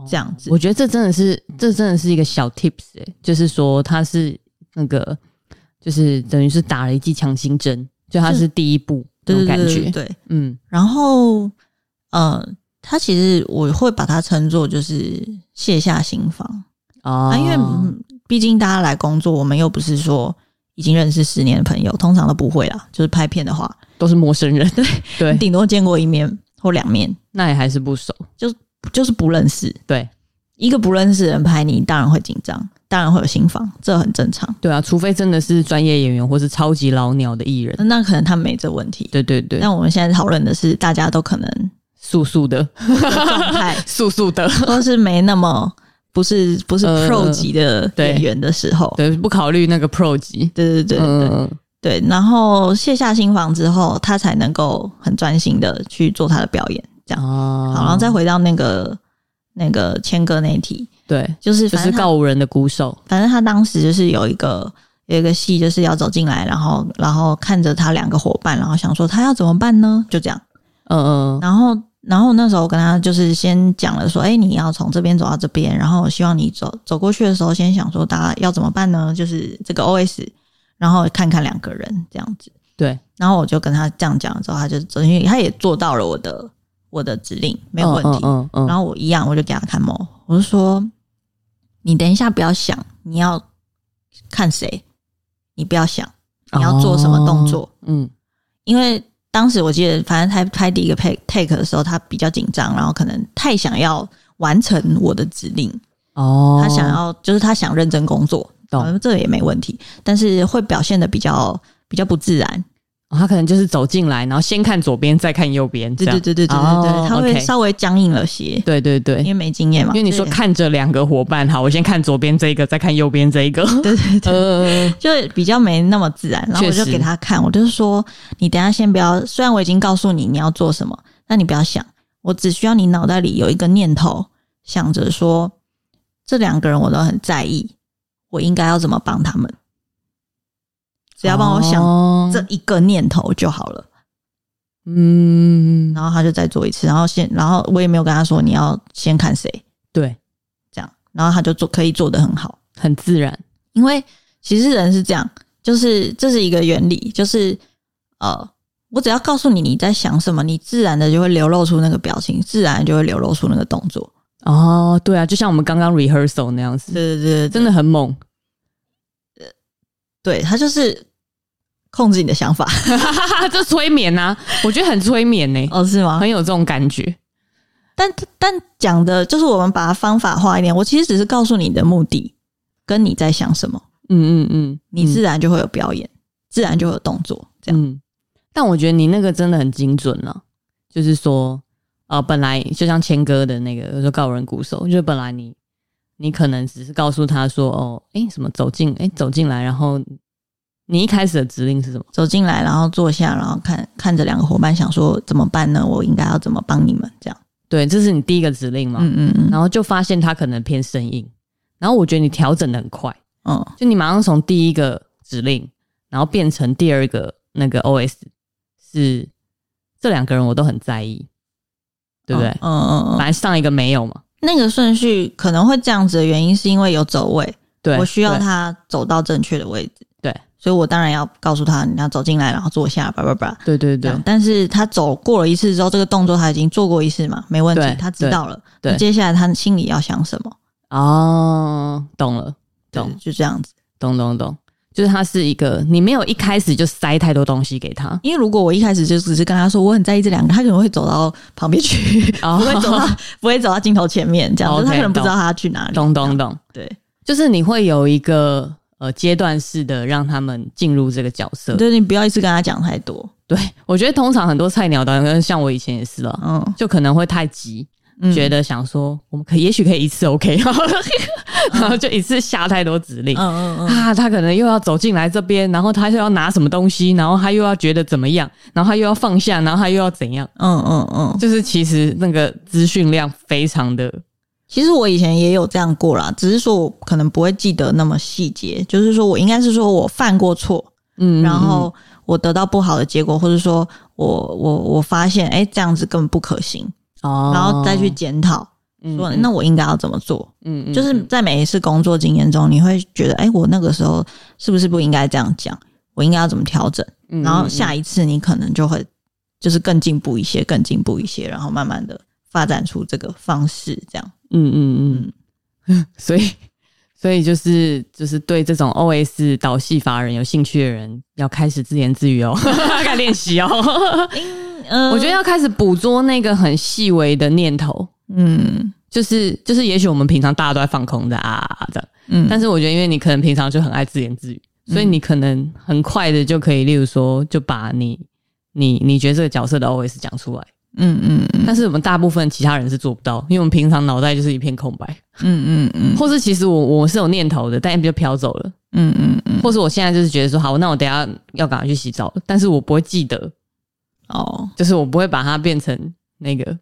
这样子
我觉得这真的是，这真的是一个小 tips 哎、就是说它是那个，就是等于是打了一剂强心针，就它是第一步这种
对对
感
对对
觉，
对，
嗯，
然后，呃，他其实我会把它称作就是卸下心防、
哦
啊，因为嗯毕竟大家来工作，我们又不是说已经认识十年的朋友，通常都不会啦。就是拍片的话，
都是陌生人，对 对，
顶多见过一面或两面，
那也还是不熟，
就是不认识。
对
一个不认识的人拍你，当然会紧张，当然会有心防，这很正常。
对啊，除非真的是专业演员或是超级老鸟的艺人，
那可能他没这问题。
对对对，
但我们现在讨论的是，大家都可能
素素 的，
的状态
素素的，
都是没那么不是不是
呃
pro 级的
对
演员的时候，
对，不考虑那个 pro 级，
对对对对、
嗯，
对，然后卸下心防之后，他才能够很专心的去做他的表演。这样，
哦
好，然后再回到那个那个谦哥那一题，
对，
就是
就
反
是
正他
告五人的鼓手，
反正他当时就是有一个有一个戏，就是要走进来，然后然后看着他两个伙伴，然后想说他要怎么办呢？就这样，
嗯嗯
然后。然后那时候我跟他就是先讲了说，哎，你要从这边走到这边，然后我希望你走走过去的时候，先想说大家要怎么办呢？就是这个 OS，然后看看两个人这样子。
对，
然后我就跟他这样讲了之后，他就走进去，他也做到了我的我的指令，没有问题。
嗯嗯
然
嗯
后我一样，我就给他看猫，我就说：“你等一下，不要想你要看谁，你不要想
哦
你要做什么动作，
嗯，
因为当时我记得，反正他拍第一个 take take 的时候，他比较紧张，然后可能太想要完成我的指令，
哦，
他想要就是他想认真工作，
懂
呃这也没问题，但是会表现的比较比较不自然。”
哦他可能就是走进来，然后先看左边，再看右边，
对
这样
对对对对对对，
哦
他会
OK
稍微僵硬了些，
对对对，
因为没经验嘛。
因为你说
对
看着两个伙伴，好，我先看左边这一个，再看右边这一个，
对对 对，
呃，
就是比较没那么自然。然后我
确
就
实
给他看，我就是说，你等一下先不要，虽然我已经告诉你你要做什么，那你不要想，我只需要你脑袋里有一个念头，想着说这两个人我都很在意，我应该要怎么帮他们，只要帮我想
想
这，一个念头就好了。
嗯，
然后他就再做一次，然后先，然后我也没有跟他说你要先看谁
对，
这样，然后他就做可以做得很好。
很自然，
因为其实人是这样，就是这是一个原理，就是呃，我只要告诉你你在想什么，你自然的就会流露出那个表情，自然就会流露出那个动作。
哦，对啊，就像我们刚刚 rehearsal 那样
对
子，
对对，对
真的很猛，
对，它就是控制你的想法
这催眠啊，我觉得很催眠呢，
哦，是吗？
很有这种感觉，
但但讲的就是我们把它方法化一点，我其实只是告诉你的目的，跟你在想什么，
嗯嗯嗯，
你自然就会有表演，自然就会有动作，这样。
嗯，但我觉得你那个真的很精准了、就是说，呃，本来就像谦哥的那个，有时候告人鼓手，就是本来你你可能只是告诉他说，哦，诶，什么走进，诶，走进来，然后你一开始的指令是什么？
走进来，然后坐下，然后看看着两个伙伴，想说怎么办呢？我应该要怎么帮你们？这样，
对，这是你第一个指令嘛，
嗯嗯嗯
然后就发现他可能偏生硬，然后我觉得你调整的很快，
嗯，
就你马上从第一个指令，然后变成第二个那个 OS 是这两个人我都很在意，对不对？
嗯嗯嗯
本
嗯，
来上一个没有嘛。
那个顺序可能会这样子的原因，是因为有走位，
对，
我需要
对，
他走到正确的位置，
对，
所以我当然要告诉他，你要走进来，然后坐下，叭叭叭。
对对
这
对
样，但是他走过了一次之后，这个动作他已经做过一次嘛，没问
对
题，他知道了。
对
那接下来他心里要想什么？
哦，懂了，懂
对，就这样子。
懂懂懂，就是他是一个你没有一开始就塞太多东西给他，
因为如果我一开始就只是跟他说我很在意这两个，他可能会走到旁 边去，
哦
不会走到不会走到镜头前面这样子，
OK，
他可能不知道他去哪里。
懂懂懂，
对
就是你会有一个呃阶段式的让他们进入这个角色。
就是你不要一次跟他讲太多，
对我觉得通常很多菜鸟导演，像我以前也是啊，
嗯，
就可能会太急，
嗯
觉得想说我们可也许可以一次 OK，然后就一次下太多指令。
嗯嗯嗯，
啊，他可能又要走进来这边，然后他又要拿什么东西，然后他又要觉得怎么样，然后他又要放下，然后他又要怎样，
嗯嗯嗯。
就是其实那个资讯量非常的
其实我以前也有这样过啦，只是说我可能不会记得那么细节，就是说我应该是说我犯过错，
嗯
然后我得到不好的结果，或者说我我我发现哎这样子根本不可行，
哦
然后再去检讨说那我应该要怎么做，
嗯嗯
就是在每一次工作经验中，你会觉得，哎、我那个时候是不是不应该这样讲？我应该要怎么调整？
嗯
然后下一次你可能就会就是更进步一些，更进步一些，然后慢慢的发展出这个方式，这样。
嗯嗯嗯， 所以所以就是就是对这种 OS 导戏法人有兴趣的人，要开始自言自语哦， 该练习 哦。
嗯
我觉得，要开始捕捉那个很细微的念头，
嗯
就是就是，也许我们平常大家都在放空的啊的，
嗯，
但是我觉得，因为你可能平常就很爱自言自语，所以你可能很快的就可以，例如说，就把你你你觉得这个角色的 OS 讲出来。
嗯嗯嗯
但是我们大部分其他人是做不到，因为我们平常脑袋就是一片空白，
嗯嗯嗯
或是其实我我是有念头的，但就飘走了，
嗯嗯嗯，
或是我现在就是觉得说，好，那我等一下要赶快去洗澡了，但是我不会记得，
哦，
就是我不会把它变成那个，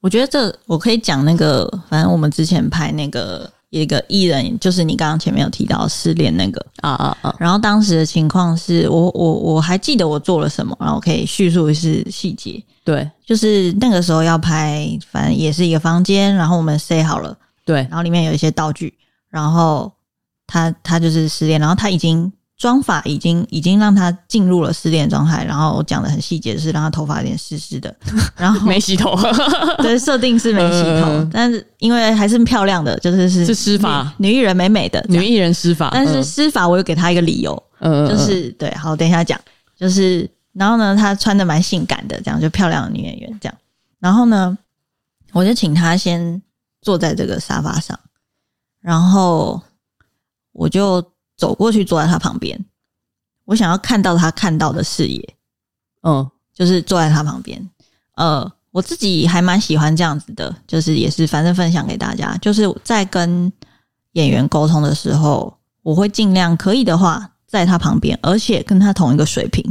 我觉得这我可以讲那个，反正我们之前拍那个一个艺人，就是你刚刚前面有提到失恋那个，
啊啊啊，
然后当时的情况是我我我还记得我做了什么，然后我可以叙述一次细节。
对
就是那个时候要拍，反正也是一个房间，然后我们塞好了，
对，
然后里面有一些道具，然后他他就是失恋，然后他已经妆法已经已经让他进入了失恋状态，然后我讲的很细节，就是让他头发有点 湿湿的，然后
没洗 头
对设定是没洗头，
嗯
但是因为还是漂亮的，就是是
是施法
女女艺人美美的这
女
样，
艺人嗯施法，
但是施法我有给她一个理由，
嗯
就是对，好，等一下讲，就是然后呢，她穿的蛮性感的，这样就漂亮的女演员这样，然后呢，我就请她先坐在这个沙发上，然后我就走过去坐在她旁边，我想要看到她看到的视野，
嗯
就是坐在她旁边，呃。我自己还蛮喜欢这样子的，就是也是反正分享给大家，就是在跟演员沟通的时候，我会尽量可以的话，在他旁边，而且跟他同一个水平。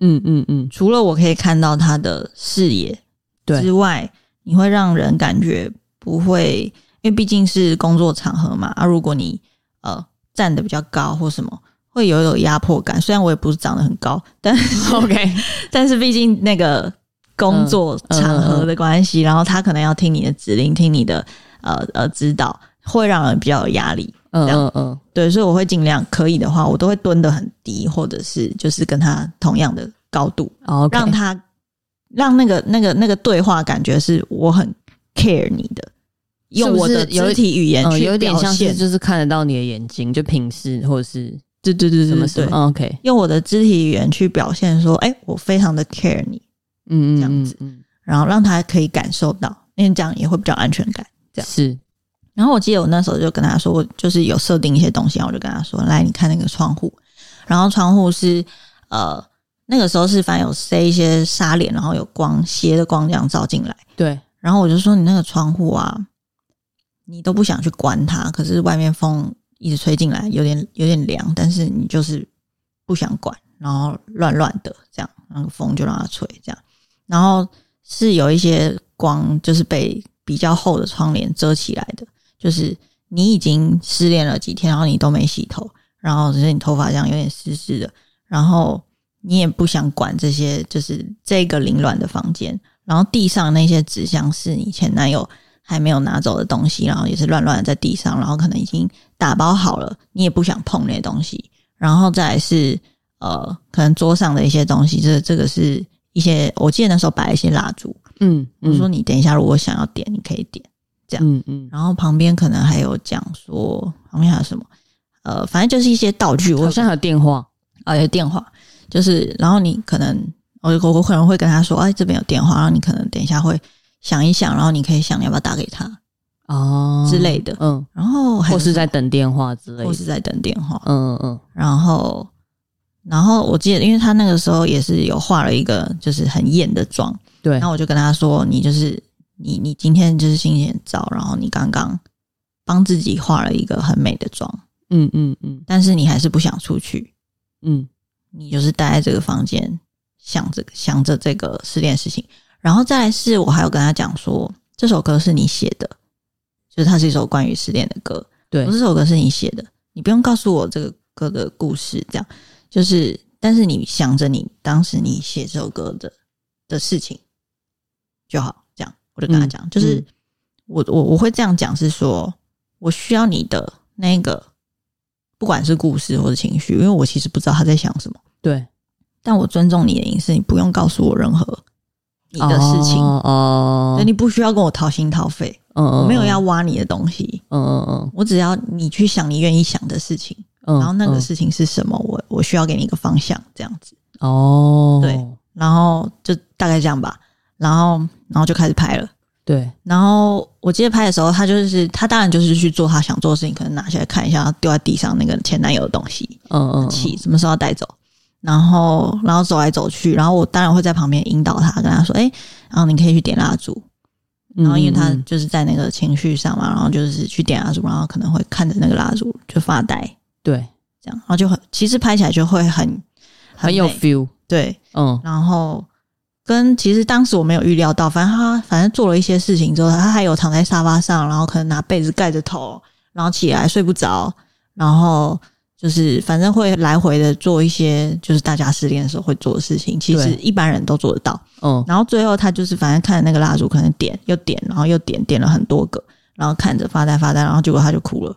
嗯嗯嗯，
除了我可以看到他的视野
对
之外，你会让人感觉不会，因为毕竟是工作场合嘛。啊，如果你呃站的比较高或什么，会有一种压迫感。虽然我也不是长得很高，但是
OK，
但是毕竟那个工作场合的关系，然后他可能要听你的指令，听你的呃呃指导，会让人比较有压力。
嗯嗯嗯，
对，所以我会尽量可以的话，我都会蹲得很低，或者是就是跟他同样的高度，
o k
让他让那个那个那个对话感觉是我很 care 你的，用我的
是不是有
肢体语言
嗯，
去
有点
表
像是
现，
就是看得到你的眼睛，就平视或者是
对对对
什么
对
什
对
么，嗯，OK，
用我的肢体语言去表现说，哎，我非常的 care 你，
嗯嗯，
这样子
嗯，嗯
然后让他可以感受到，因为这样也会比较安全感。这样
是，
然后我记得我那时候就跟他说，我就是有设定一些东西，然后我就跟他说：“来，你看那个窗户。”然后窗户是呃，那个时候是反正有塞一些纱帘，然后有光斜的光这样照进来。
对，
然后我就说：“你那个窗户啊，你都不想去关它，可是外面风一直吹进来，有点有点凉，但是你就是不想管，然后乱乱的这样，那个风就让它吹这样。然后是有一些光，就是被比较厚的窗帘遮起来的，就是你已经失恋了几天，然后你都没洗头，然后只是你头发这样有点湿湿的，然后你也不想管这些，就是这个凌乱的房间，然后地上那些纸箱是你前男友还没有拿走的东西，然后也是乱乱的在地上，然后可能已经打包好了，你也不想碰那些东西，然后再来是呃，可能桌上的一些东西，这这个是一些我记得那时候摆了一些蜡烛，
嗯，
我
嗯
说，你等一下如果想要点，你可以点。
嗯嗯
然后旁边可能还有讲说，旁边还有什么？呃，反正就是一些道具，我
好像还有电话，
啊，有电话，就是然后你可能我我我可能会跟他说，哎，这边有电话，然后你可能等一下会想一想，然后你可以想你要不要打给他
哦
之，类的，
嗯，
然后还
或
有
是在等电话之类
或
的，
是在等电话，
嗯嗯
然后然后我记得，因为他那个时候也是有化了一个就是很艳的妆，
嗯，对
然，后我就跟他说，你就是你你今天就是心情很糟，然后你刚刚帮自己化了一个很美的妆，
嗯嗯嗯
但是你还是不想出去，
嗯，
你就是待在这个房间，想着想着这个失恋事情，然后再来是我还有跟他讲说，这首歌是你写的，就是它是一首关于失恋的歌。
对
我说这首歌是你写的，你不用告诉我这个歌的故事，这样就是，但是你想着你当时你写这首歌的的事情就好，这样我就跟他讲，
嗯
就是
嗯
我我我会这样讲，是说我需要你的那个，不管是故事或者情绪，因为我其实不知道他在想什么。
对
但我尊重你的隐私，你不用告诉我任何你的事情，
哦哦，
所以你不需要跟我掏心掏肺，
嗯嗯
我没有要，挖你的东西，
嗯嗯嗯
我只要你去想你愿意想的事情，
嗯，
然后那个
嗯
事情是什么，我我需要给你一个方向，这样子，
哦，
对然后就大概这样吧，然后然后就开始拍了。
对，
然后我记得拍的时候，他就是他当然就是去做他想做的事情，可能拿起来看一下，丢在地上那个前男友的东西，
嗯嗯，嗯
气，什么时候要带走，然后然后走来走去，然后我当然会在旁边引导他，跟他说，哎、然后你可以去点蜡烛，然后因为他
嗯嗯
就是在那个情绪上嘛，然后就是去点蜡烛，然后可能会看着那个蜡烛就发呆，
对
这样，然后就很其实拍起来就会很
很有
美
feel，
对，
嗯
然后。跟其实当时我没有预料到，反正他反正做了一些事情之后，他还有躺在沙发上，然后可能拿被子盖着头，然后起来睡不着，然后就是反正会来回的做一些就是大家失恋的时候会做的事情，其实
对
一般人都做得到。
嗯
然后最后他就是反正看着那个蜡烛，可能点又点，然后又点点了很多个，然后看着发呆发呆，然后结果他就哭了。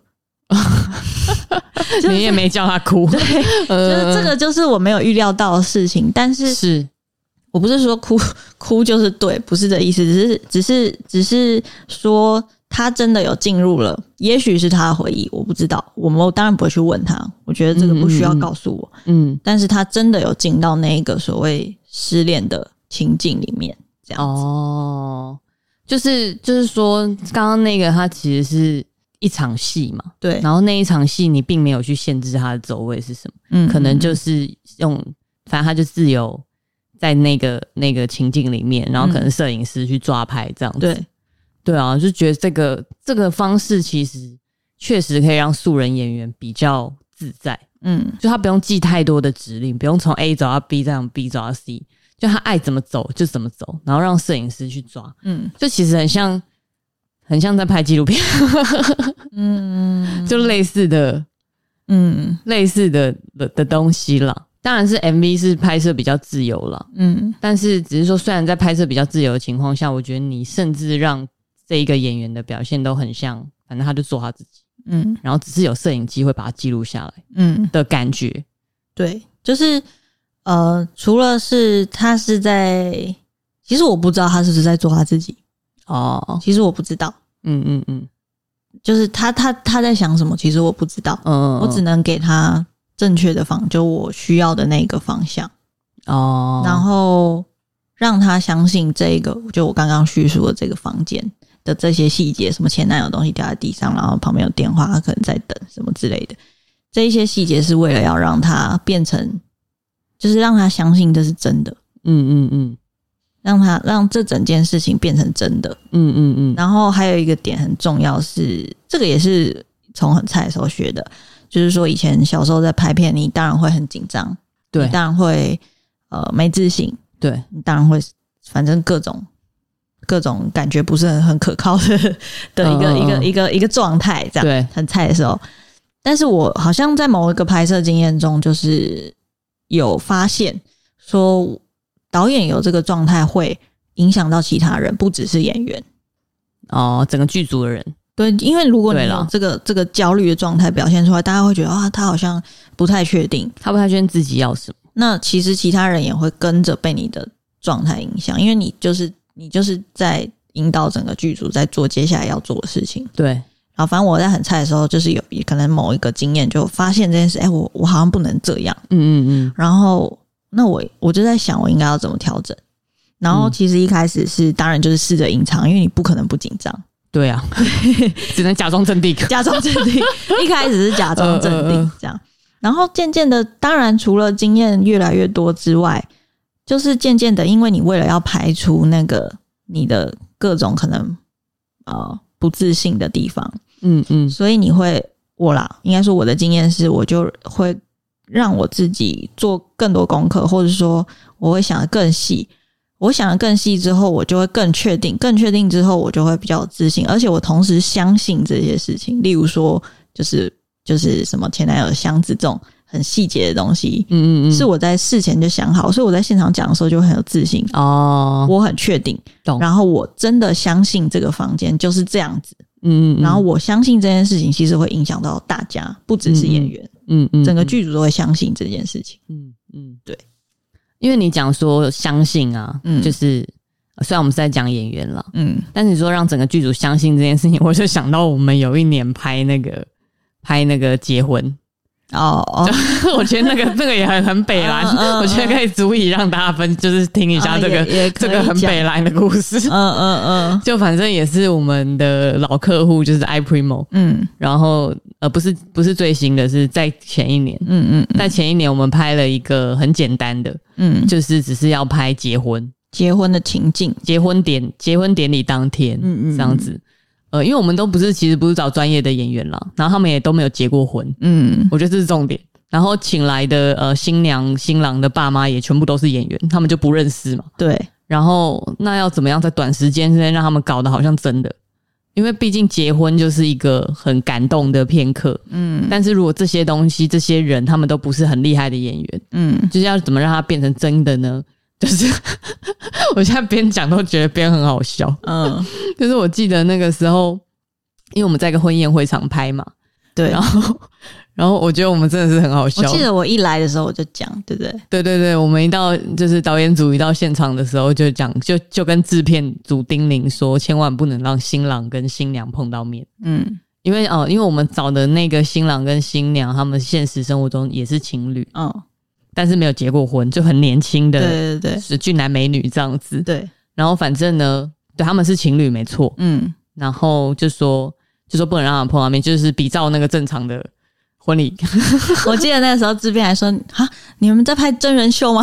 你也没叫他哭， 对，
就是这个就是我没有预料到的事情，但是
是
我不是说哭哭就是对，不是这意思，只是只是只是说他真的有进入了，也许是他的回忆，我不知道，我们我当然不会去问他，我觉得这个不需要
嗯嗯嗯
告诉我，
嗯
但是他真的有进到那一个所谓失恋的情境里面，这样子，
哦，就是就是说，刚刚那个他其实是一场戏嘛，
对，
然后那一场戏你并没有去限制他的走位是什么。
嗯
可能就是用，反正他就自由在那个那个情境里面，然后可能摄影师去抓拍这样子。
嗯对
对啊，就觉得这个这个方式其实确实可以让素人演员比较自在，
嗯
就他不用记太多的指令，不用从 A 走到 B 再从 B 走到 C，就他爱怎么走就怎么走，然后让摄影师去抓，
嗯
就其实很像很像在拍纪录片，
嗯
就类似的
嗯
类似的的的东西啦。当然是 MV 是拍摄比较自由啦，
嗯
但是只是说，虽然在拍摄比较自由的情况下，我觉得你甚至让这一个演员的表现都很像，反正他就做他自己，
嗯
然后只是有摄影机会把它记录下来
嗯，
的感觉。
对，就是呃，除了是他是在，其实我不知道他是不是在做他自己，
哦，
其实我不知道。
嗯嗯嗯
就是他他他在想什么，其实我不知道，
嗯，
我只能给他正确的方，就我需要的那个方向，
哦，
然后让他相信这个，就我刚刚叙述的这个房间的这些细节，什么前男友东西掉在地上，然后旁边有电话，他可能在等什么之类的，这一些细节是为了要让他变成，就是让他相信这是真的，
嗯嗯嗯
让他让这整件事情变成真的，
嗯嗯嗯，
然后还有一个点很重要是，这个也是从很菜的时候学的，就是说以前小时候在拍片，你当然会很紧张，
对
你当然会呃没自信，
对，
你当然会反正各种各种感觉不是很很可靠的的一个、
嗯嗯嗯
一个一个一个状态，这样
对
很菜的时候。但是我好像在某一个拍摄经验中，就是有发现说，导演有这个状态会影响到其他人，不只是演员。
哦，整个剧组的人，
对，因为如果你
对啦
有这个这个焦虑的状态表现出来，大家会觉得啊，他好像不太确定。
他不太确定自己要什么。
那其实其他人也会跟着被你的状态影响，因为你就是你就是在引导整个剧组在做接下来要做的事情。
对，
然后反正我在很菜的时候，就是有可能某一个经验就发现这件事，哎，我我好像不能这样。
嗯嗯
然后那我我就在想，我应该要怎么调整。然
嗯
后其实一开始是，当然就是试着隐藏，因为你不可能不紧张，
嗯，对啊， 只能假装镇定。
假装镇定。一开始是假装镇
呃呃
定这样，然后渐渐的，当然除了经验越来越多之外，就是渐渐的，因为你为了要排除那个你的各种可能呃不自信的地方，
嗯嗯
所以你会我啦，应该说我的经验是，我就会让我自己做更多功课，或者说我会想的更细。我想的更细之后，我就会更确定，更确定之后，我就会比较有自信，而且我同时相信这些事情。例如说，就是就是什么前男友的箱子这种很细节的东西，
嗯嗯嗯，
是我在事前就想好，所以我在现场讲的时候就会很有自信，
哦，
我很确定
懂，
然后我真的相信这个房间就是这样子。
嗯嗯，
然后我相信这件事情其实会影响到大家，不只是演员，
嗯嗯，
整个剧组都会相信这件事情。
嗯，嗯，
对，
因为你讲说相信啊，
嗯
就是虽然我们是在讲演员啦，
嗯，
但是你说让整个剧组相信这件事情，我就想到我们有一年拍那个拍那个结婚，
哦哦，
我觉得 那个那个也很很北蓝，
嗯嗯嗯
我觉得可以足以让大家分就是听一下
啊
这个、
也也可
这
以
个很
讲
北蓝的故事。
嗯嗯
就反正也是我们的老客户，就是 iPrimo，
嗯
然后呃不是不是最新的，是在前一年，
嗯嗯嗯
在前一年我们拍了一个很简单的，
嗯，
就是只是要拍结婚，
结婚的情境，
结婚典结婚典礼当天，
嗯嗯嗯
这样子。呃，因为我们都不是，其实不是找专业的演员啦，然后他们也都没有结过婚，
嗯
我觉得这是重点。然后请来的呃新娘新郎的爸妈也全部都是演员，他们就不认识嘛。
对，
然后那要怎么样在短时间之内让他们搞得好像真的？因为毕竟结婚就是一个很感动的片刻，
嗯
但是如果这些东西、这些人他们都不是很厉害的演员，
嗯
就是要怎么让它变成真的呢？就是 我现在边讲都觉得边很好笑。
嗯，
就是我记得那个时候，因为我们在一个婚宴会场拍嘛，
对。
然后然后我觉得我们真的是很好笑
我。记得我一来的时候我就讲，对不对？
对对对，我们一到就是导演组一到现场的时候就讲，就就跟制片组叮咛说，千万不能让新郎跟新娘碰到面。
嗯
因为哦，因为我们找的那个新郎跟新娘，他们现实生活中也是情侣，
哦，
但是没有结过婚，就很年轻
对
的
对对
是俊男美女这样子。
对，
然后反正呢，对他们是情侣没错，
嗯
然后就说就说不能让他们碰到面，就是比照那个正常的婚礼，
我记得那时候制片还说啊，你们在拍真人秀吗？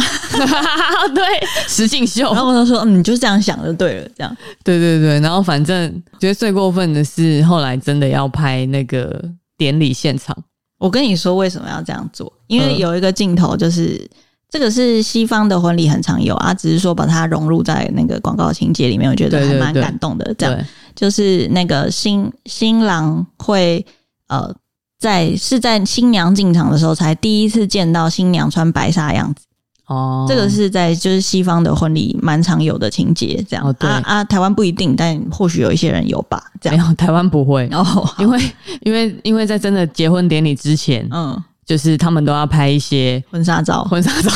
对，实境秀
然，后我就说，嗯，你就这样想就对了，这样。
对对对。然后反正觉得最过分的是，后来真的要拍那个典礼现场，
我跟你说为什么要这样做，因
嗯
为有一个镜头就是。这个是西方的婚礼很常有啊，只是说把它融入在那个广告情节里面，我觉得
对
还
对
蛮
对
感动的。这样
对，
就是那个新新郎会呃，在是在新娘进场的时候才第一次见到新娘穿白纱的样子，
哦，
这个是在就是西方的婚礼蛮常有的情节。这样、
哦对哎
啊啊，台湾不一定，但或许有一些人有吧。这
没
样哦
有台湾不会，
然后
因为因为因为在真的结婚典礼之前，
嗯，
就是他们都要拍一些
婚纱照
婚纱 照，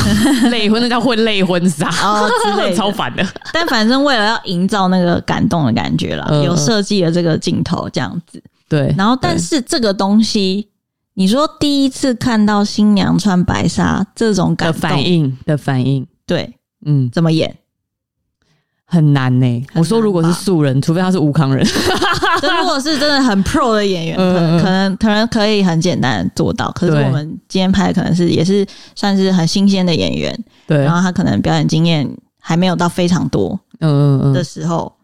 类婚那叫婚类婚纱，
哦 之类的
超烦的。
但反正为了要营造那个感动的感觉啦，
嗯
有设计了这个镜头这样子。
对，
然后，但是这个东西，你说第一次看到新娘穿白纱这种感
的
动
反，应的反应，
对，
嗯，
怎么 演？
很难呢、
吧
我说如果是素人，除非他是吴康人，
这如果是真的很 pro 的演员，可
嗯嗯
能可能可能可以很简单地做到。可是
对
我们今天拍的可能是也是算是很新鲜的演员，
对，
然
嗯
后他可能表演经验还没有到非常多
嗯嗯
的时候，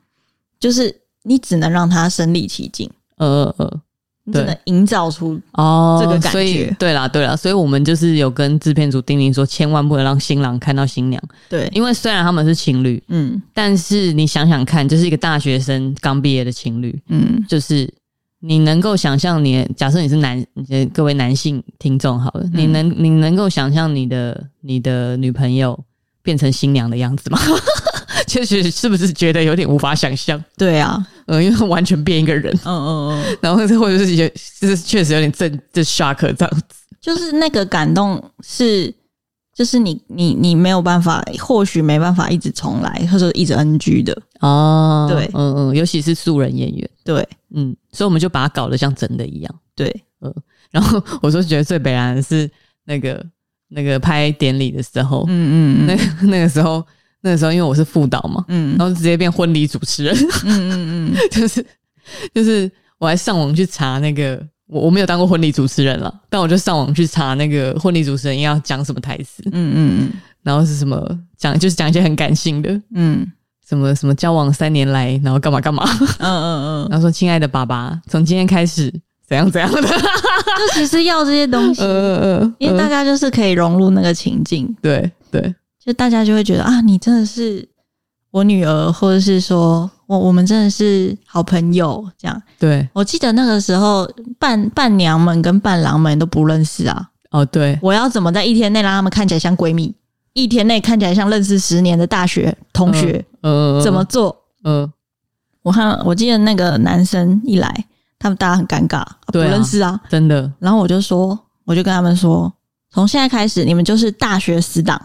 就是你只能让他身临其境，
嗯嗯嗯，
你只
对
能营造出
哦，
这个感觉
所以对啦对啦，所以我们就是有跟制片组叮咛说，千万不能让新郎看到新娘，
对，
因为虽然他们是情侣，
嗯
但是你想想看，就是一个大学生刚毕业的情侣，
嗯
就是。你能够想象你，假设你是男，呃各位男性听众好
嗯
了，你能你能够想象你的你的女朋友变成新娘的样子吗？ 确实是不是觉得有点无法想象？
对啊，
呃，因为完全变一个人，
嗯嗯嗯，
然后或者是有，就是确实有点震，就 shock 这样子。
就是那个感动是，就是你你你没有办法，或许没办法一直重来，或者一直 NG 的，
哦，
对
嗯嗯，尤其是素人演员，
对
嗯，所以我们就把它搞得像真的一样。
对，
然后我说觉得最北然的是那个那个拍典礼的时候，
嗯嗯
那个那个时候那个时候因为我是副导嘛，
嗯
然后直接变婚礼主持人，
嗯嗯嗯嗯，
就是就是我还上网去查那个。我我没有当过婚礼主持人了，但我就上网去查那个婚礼主持人要讲什么台词，
嗯嗯
然后是什么讲，就是讲一些很感性的，
嗯
什么什么交往三年来，然后干嘛干嘛，
嗯嗯嗯，
然后说亲爱的爸爸，从今天开始怎样怎样的，
就其实要这些东西，
呃呃，
因为大家就是可以融入那个情境，
对对，
就大家就会觉得啊，你真的是我女儿，或者是说我我们真的是好朋友这样。
对，
我记得那个时候，伴伴娘们跟伴郎们都不认识啊，
哦对，
我要怎么在一天内让他们看起来像闺蜜？一天内看起来像认识十年的大学同学，
呃，
怎么做？
呃，
我看我记得那个男生一来，他们大家很尴尬，啊不
对啊
认识啊。
真的
然后我就说，我就跟他们说，从现在开始，你们就是大学死党。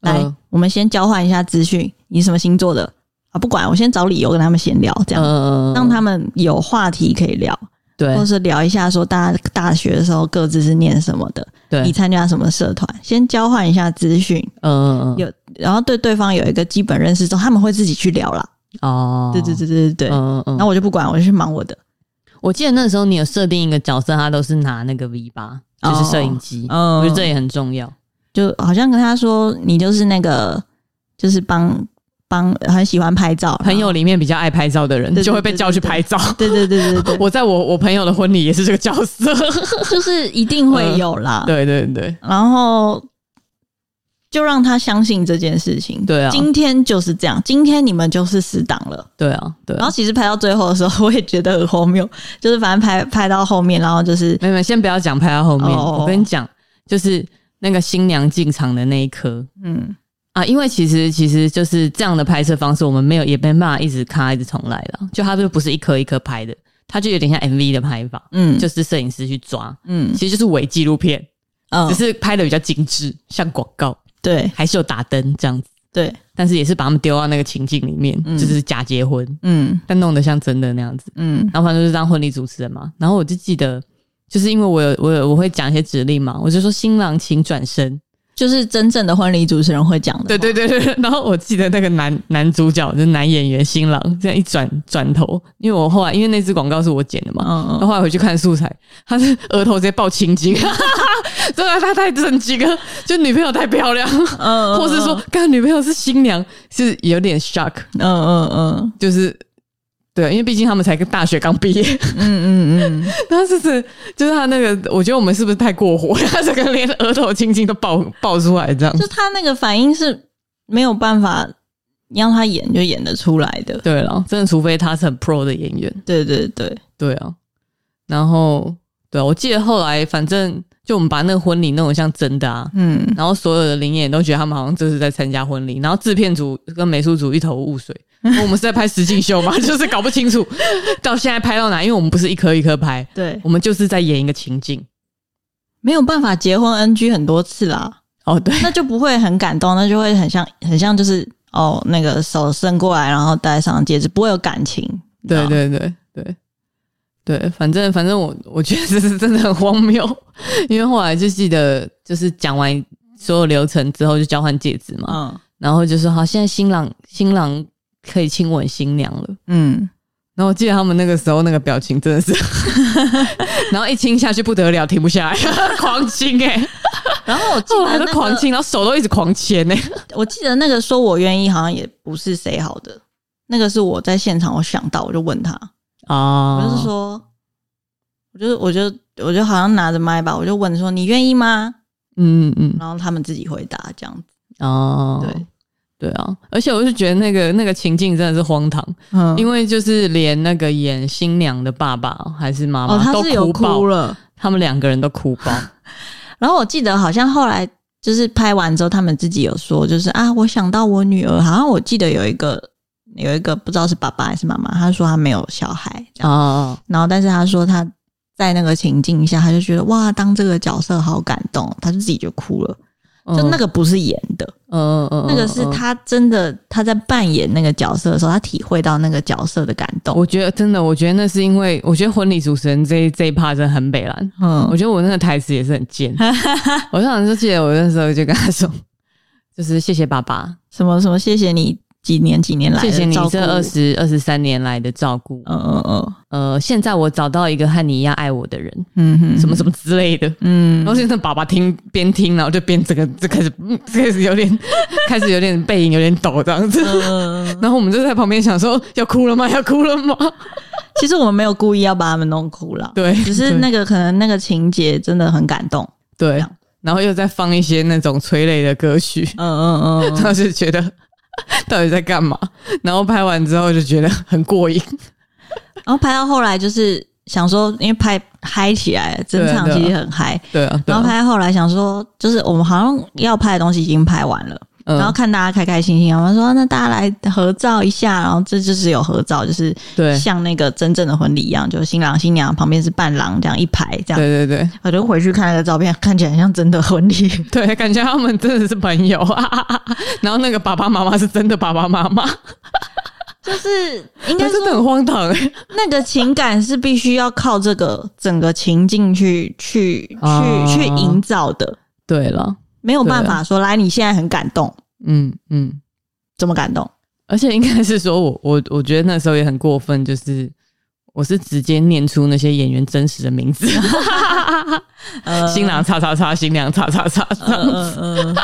来，
嗯
我们先交换一下资讯，你什么星座的啊？不管，我先找理由跟他们闲聊，这样、
呃，
让他们有话题可以聊，
对
或是聊一下说大家大学的时候各自是念什么的，你
对，
参加什么社团，先交换一下资讯，
嗯
有然后对对方有一个基本认识之后，他们会自己去聊啦。
哦，
对对对对对对。
嗯嗯
然后
嗯，
我就不管，我就去忙我的。
我记得那时候你有设定一个角色，他都是拿那个 V 八，就是摄影机，
嗯
我觉得这也很重要。
就好像跟他说，你就是那个，就是帮帮很喜欢拍照
朋友。里面比较爱拍照的人
对对
就会被叫去拍照。
对对对对对，
我在我我朋友的婚礼也是这个角 色，
就是一定会有啦。
对对对
然后就让他相信这件事情。
对啊
今天就是这样，今天你们就是死党了。
对啊对
然
啊
后。其实拍到最后的时候， 我也觉得很荒谬，就是反正拍拍到后面，然后就是
没有，没有先不要讲拍到后面。
哦
我跟你讲，就是那个新娘进场的那一刻
嗯
啊，因为其实其实就是这样的拍摄方式，我们没有也没办法一直咔一直重来了。就它就不是一颗一颗拍的，它就有点像 MV 的拍法，
嗯
就是摄影师去抓，
嗯
其实就是伪纪录片，
嗯
只，是拍的比较精致，像广告，
对
还是有打灯这样子，
对，
但是也是把他们丢到那个情境里面，
嗯
就是假结婚，
嗯
但弄得像真的那样子。
嗯
然后反正就是当婚礼主持人嘛。然后我就记得，就是因为我有我有我会讲一些指令嘛，我就说新郎请转身。
就是真正的婚礼主持人会讲的。
对对对 对。然后我记得那个男男主角就是男演员新郎，这样一转转头，因为我后来因为那支广告是我剪的嘛，
嗯，
然后
嗯
后来回去看素材，他是额头直接爆青筋， 真的他太震惊了，就女朋友太漂亮，
嗯 嗯，
或是说，刚女朋友是新娘，是有点 shock，
嗯嗯嗯
就是。对，因为毕竟他们才大学刚毕业，
嗯嗯嗯，
他是是就是他那个，我觉得我们是不是太过火？ 他这个连额头青筋都爆爆出来这样
嗯，。就他那个反应是没有办法让他演就演得出来的。
对了，真的，除非他是很 pro 的演员。
对对对，
对啊，然后对啊，我记得后来反正就我们把那个婚礼弄得像真的啊，
嗯
然后所有的灵眼都觉得他们好像就是在参加婚礼，然后制片组跟美术组一头雾 水。我们是在拍实境秀吗？ 就是搞不清楚到现在拍到哪，因为我们不是一颗一颗拍，
对，
我们就是在演一个情境。
没有办法结婚 NG 很多次啦，
哦，对，
那就不会很感动，那就会很像很像就是哦，那个手伸过来，然后戴上戒指，不会有感情。你知道
对
吗，
对对对对，反正反正我我觉得这是真的很荒谬，因为后来就记得就是讲完所有流程之后就交换戒指嘛，
嗯
然后就说好，现在新郎新郎可以亲吻新娘了。
嗯，
然后我记得他们那个时候那个表情真的是， 然后一亲下去不得了，停不下来， 狂亲哎、
然后我记
后
得
来都
那
狂
个，
亲，然后手都一直狂牵哎、
我记得那个说我愿意，好像也不是谁好的，那个是我在现场我想到，我就问他，
啊
我就是说，我就我就我就好像拿着麦吧，我就问说你愿意吗？
嗯嗯
然后他们自己回答这样子，
嗯哦，
对，
对啊，而且我就觉得那个那个情境真的是荒唐，
嗯
因为就是连那个演新娘的爸爸还是妈妈、
哦，他
都
是有
爆
哭，了。
他们两个人都哭爆。
然后我记得好像后来就是拍完之后，他们自己有说，就是啊，我想到我女儿，好像我记得有一个有一个不知道是爸爸还是妈妈，他说他没有小孩，这样
哦，
然后但是他说他在那个情境下，他就觉得哇，当这个角色好感动，他就自己就哭了。哦就那个不是演的，
嗯嗯，
那个是他真的他在扮演那个角色的时候，他体会到那个角色的感动。
我觉得真的，我觉得那是因为我觉得婚礼主持人这一这一趴真的很北蓝。
嗯
我觉得我那个台词也是很 贱。我当时就记得我那时候就跟他说，就是谢谢爸爸，
什么什么，谢谢你几年几年来的
谢谢你
照顾
这二，十二十三年来的照顾。
嗯嗯嗯
呃，现在我找到一个和你一样爱我的人，
嗯嗯，
什么什么之类的。
嗯
然后现在爸爸听边听，然后就边这个就开始，嗯，开始有点 开始有点背影有点抖这样子。
嗯，
然后我们就在旁边想说，要哭了吗？要哭了吗？
其实我们没有故意要把他们弄哭了，
对，
只是那个可能那个情节真的很感动。
对
样，
然后又再放一些那种催泪的歌曲，
嗯嗯嗯
然后就觉得到底在干嘛？然后拍完之后就觉得很过瘾，
然后拍到后来就是想说，因为拍嗨起来了，整场
对啊
其实很嗨。
对啊，对
然后
啊，
拍到后来想说，就是我们好像要拍的东西已经拍完了，
嗯
然后看大家开开心心，然后说那大家来合照一下，然后这就是有合照，就是
对
像那个真正的婚礼一样，就是新郎新娘旁边是伴郎这样一排这样。
对对对
我就回去看那个照片，看起来很像真的婚礼。
对，感觉他们真的是朋友啊。 然后那个爸爸妈妈是真的爸爸妈妈，
就是应该
那
说
真的很荒唐哎、
那个情感是必须要靠这个整个情境去去去、
哦
去营造的，
对了，
没有办法说来你现在很感动，
嗯嗯，
怎么感动？
而且应该是说我我我觉得那时候也很过分，就是我是直接念出那些演员真实的名 字，
呃
新郎叉叉叉，新娘叉叉叉 这样子。
嗯嗯，嗯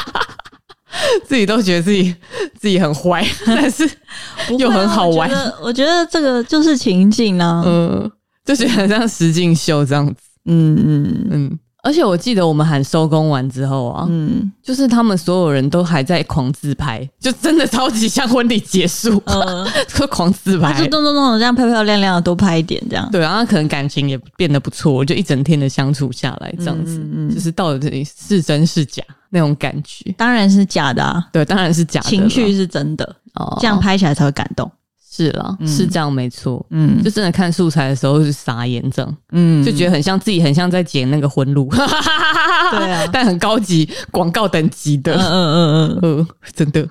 自己都觉得自己自己很坏， 但是
不会啊
又很好玩
我觉得我觉得这个就是情境啊，
嗯，就觉得很像实境秀这样子。
嗯嗯
嗯，而且我记得我们喊收工完之后啊，
嗯
就是他们所有人都还在狂自拍，就真的超级像婚礼结 束，
嗯，
就狂自
他 就
拍。
咚咚咚的这样漂漂亮亮的多拍一点这样，
对，然后可能感情也变得不错，就一整天的相处下来，这样子，
嗯嗯嗯
就是到底是真是假那种感觉。
当然是假的啊，
对，当然是假的啦，
情绪是真的，
哦
这样拍起来才会感动。
是啦，
嗯
是这样没错。
嗯
就真的看素材的时候是傻眼这样。
嗯
就觉得很像自己，很像在剪那个婚录， 对
啊
但很高级广告等级的，
嗯嗯嗯 嗯。
呃，真的，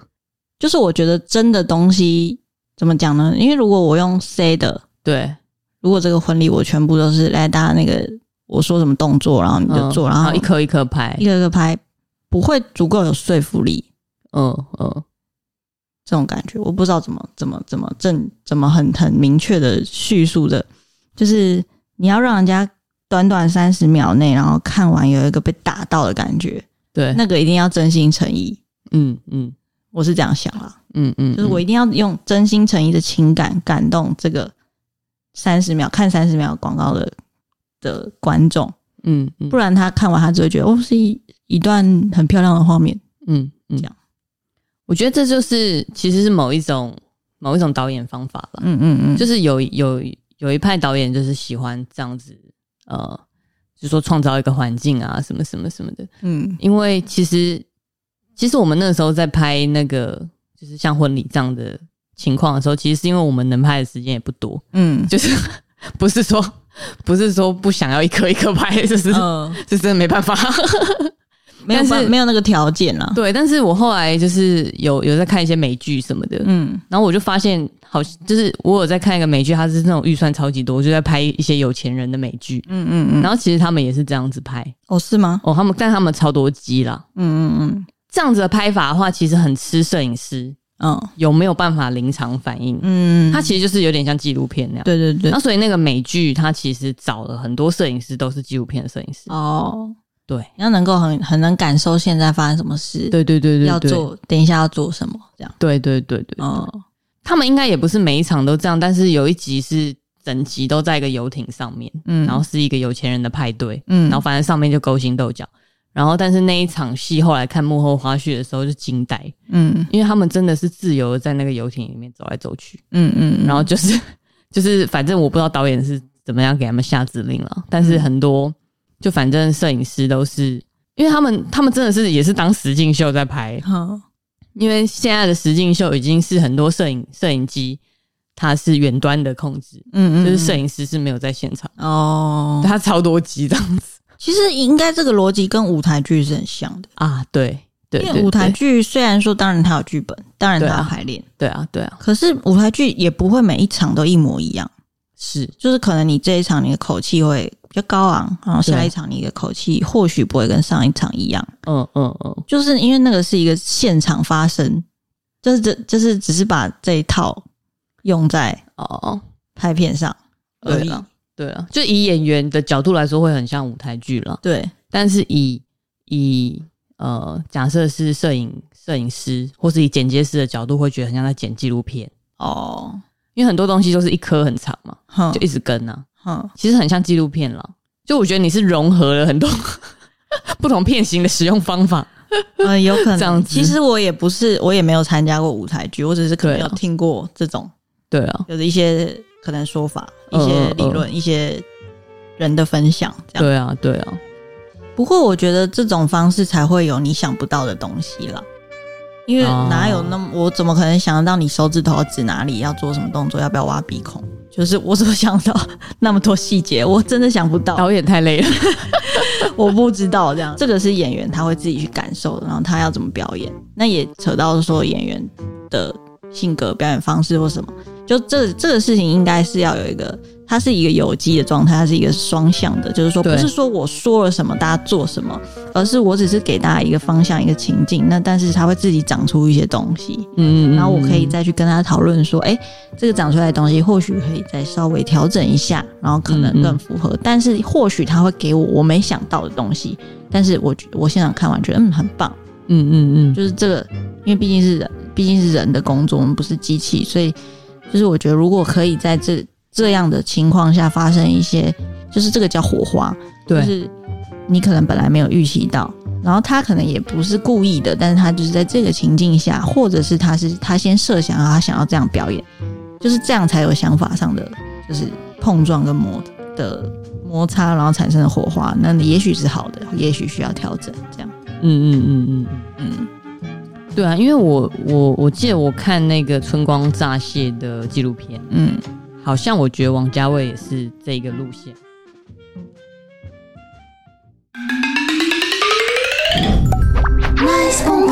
就是我觉得真的东西怎么讲呢？因为如果我用 say 的，
对，
如果这个婚礼我全部都是来大家那个我说什么动作，然后你就做，
嗯
然后
一
一个
颗一颗拍
一，个一个拍，不会足够有说服力
嗯嗯，
这种感觉。我不知道怎么怎么怎么正怎么很很明确的叙述的，就是你要让人家短短三十秒内，然后看完有一个被打到的感觉，
对，
那个一定要真心诚意。
嗯嗯
我是这样想啦，
嗯嗯，
就是我
嗯
一定要用真心诚意的情感感动这个三十秒看三十秒广告的的观众，
嗯嗯
不然他看完他只会觉得哦是一一段很漂亮的画面。
嗯嗯
这样，
我觉得这就是其实是某一种某一种导演方法了，
嗯嗯嗯，
就是是有有有一派导演就是喜欢这样子，呃，就说创造一个环境啊，什么什么什么的，
嗯
因为其实其实我们那时候在拍那个就是像婚礼这样的情况的时候，其实是因为我们能拍的时间也不多，
嗯
就是不是说不是说不想要一颗一颗拍，就是、
嗯，
就真的没办法。
没有
但是
办没有那个条件啊啦。
对，但是我后来就是有有在看一些美剧什么的。
嗯
然后我就发现，好，就是我有在看一个美剧，它是那种预算超级多，我就在拍一些有钱人的美剧。
嗯嗯嗯，
然后其实他们也是这样子拍
哦是吗？
哦，他们但他们超多集啦。
嗯嗯
这样子的拍法的话，其实很吃摄影师，
嗯嗯
有没有办法临场反应？
嗯，
它其实就是有点像纪录片那样。
对对对
那所以那个美剧，它其实找了很多摄影师，都是纪录片的摄影师。
哦，
对，
要能够很很能感受现在发生什么事，
对对对对，
要
对，
做等一下要做什么这样。
对对对对。
哦
他们应该也不是每一场都这样，但是有一集是整集都在一个游艇上面，
嗯，
然后是一个有钱人的派对，
嗯
然后反正上面就勾心斗角。然后，但是那一场戏后来看幕后花絮的时候就惊呆，
嗯
因为他们真的是自由地在那个游艇里面走来走去。
嗯嗯，
然后就是就是，反正我不知道导演是怎么样给他们下指令了，但是很多就反正摄影师都是，因为他们他们真的是也是当实境秀在拍，
好。
因为现在的实境秀已经是很多摄影摄影机它是远端的控制，
嗯
就是摄
谁
影师是没有在现场，
哦。
他超多机这样子
其实应该这个逻辑跟舞台剧是很像的，
啊，对对
因
对
为舞台
对
剧虽然说，当然它有剧本，当然它
对啊
有排练，
对啊，对啊，
可是舞台剧也不会每一场都一模一样。
是
就是可能你这一场你的口气会比较高昂，然后下一场你的口气或许不会跟上一场一样，
嗯嗯嗯，
就是因为那个是一个现场发生，就是这就是只是把这一套用在
哦，
拍片上而
对
已。
了，对了，就以演员的角度来说，会很像舞台剧了。
对
但是以以呃，假设是摄影摄影师或是以剪接师的角度，会觉得很像在剪纪录片，
哦，
因为很多东西都是一颗很长嘛，
哼
就一直跟啊，
哼，
其实很像纪录片了。就我觉得你是融合了很多 不同片型的使用方法，
呃，有可
这样
能。
子
其实我也不是，我也没有参加过舞台剧，我只是可能
对啊
有听过这种
对啊，
有的一些可能说法、一
嗯
些
嗯
理论、一些人的分享这样。
对啊，对啊，
不过我觉得这种方式才会有你想不到的东西啦，因为
哦
哪有那么、我怎么可能想得到你手指头要指哪里，要做什么动作，要不要挖鼻孔？就是我怎么想到那么多细节，我真的想不到，
导演太累了，
我不知道这样。这个是演员他会自己去感受的，然后他要怎么表演，那也扯到说演员的性格、表演方式或什么。就这这个事情应该是要有一个，它是一个有机的状态，它是一个双向的，就是说不
对
是说我说了什么大家做什么，而是我只是给大家一个方向、一个情境，那但是它会自己长出一些东西，
嗯，嗯嗯
然后我可以
嗯
再去跟他讨论说，哎、这个长出来的东西或许可以再稍微调整一下，然后可能更符合，但是或许他会给我我没想到的东西，但是我觉我现场看完觉得嗯很棒，
嗯嗯嗯，
就是这个，因为毕竟是人，毕竟是人的工作，我们不是机器，所以就是我觉得如果可以在这这样的情况下发生一些，就是这个叫火花，就
对
是你可能本来没有预期到，然后他可能也不是故意的，但是他就是在这个情境下，或者是他是他先设想他想要这样表演，就是这样才有想法上的就是碰撞跟摩的摩擦，然后产生的火花，那也许是好的，也许需要调整，这样，
嗯嗯嗯嗯嗯。
嗯
对啊，因为我我我记得我看那个春光乍泄的纪录片，
嗯，
好像我觉得王家卫也是这个路线。
nice on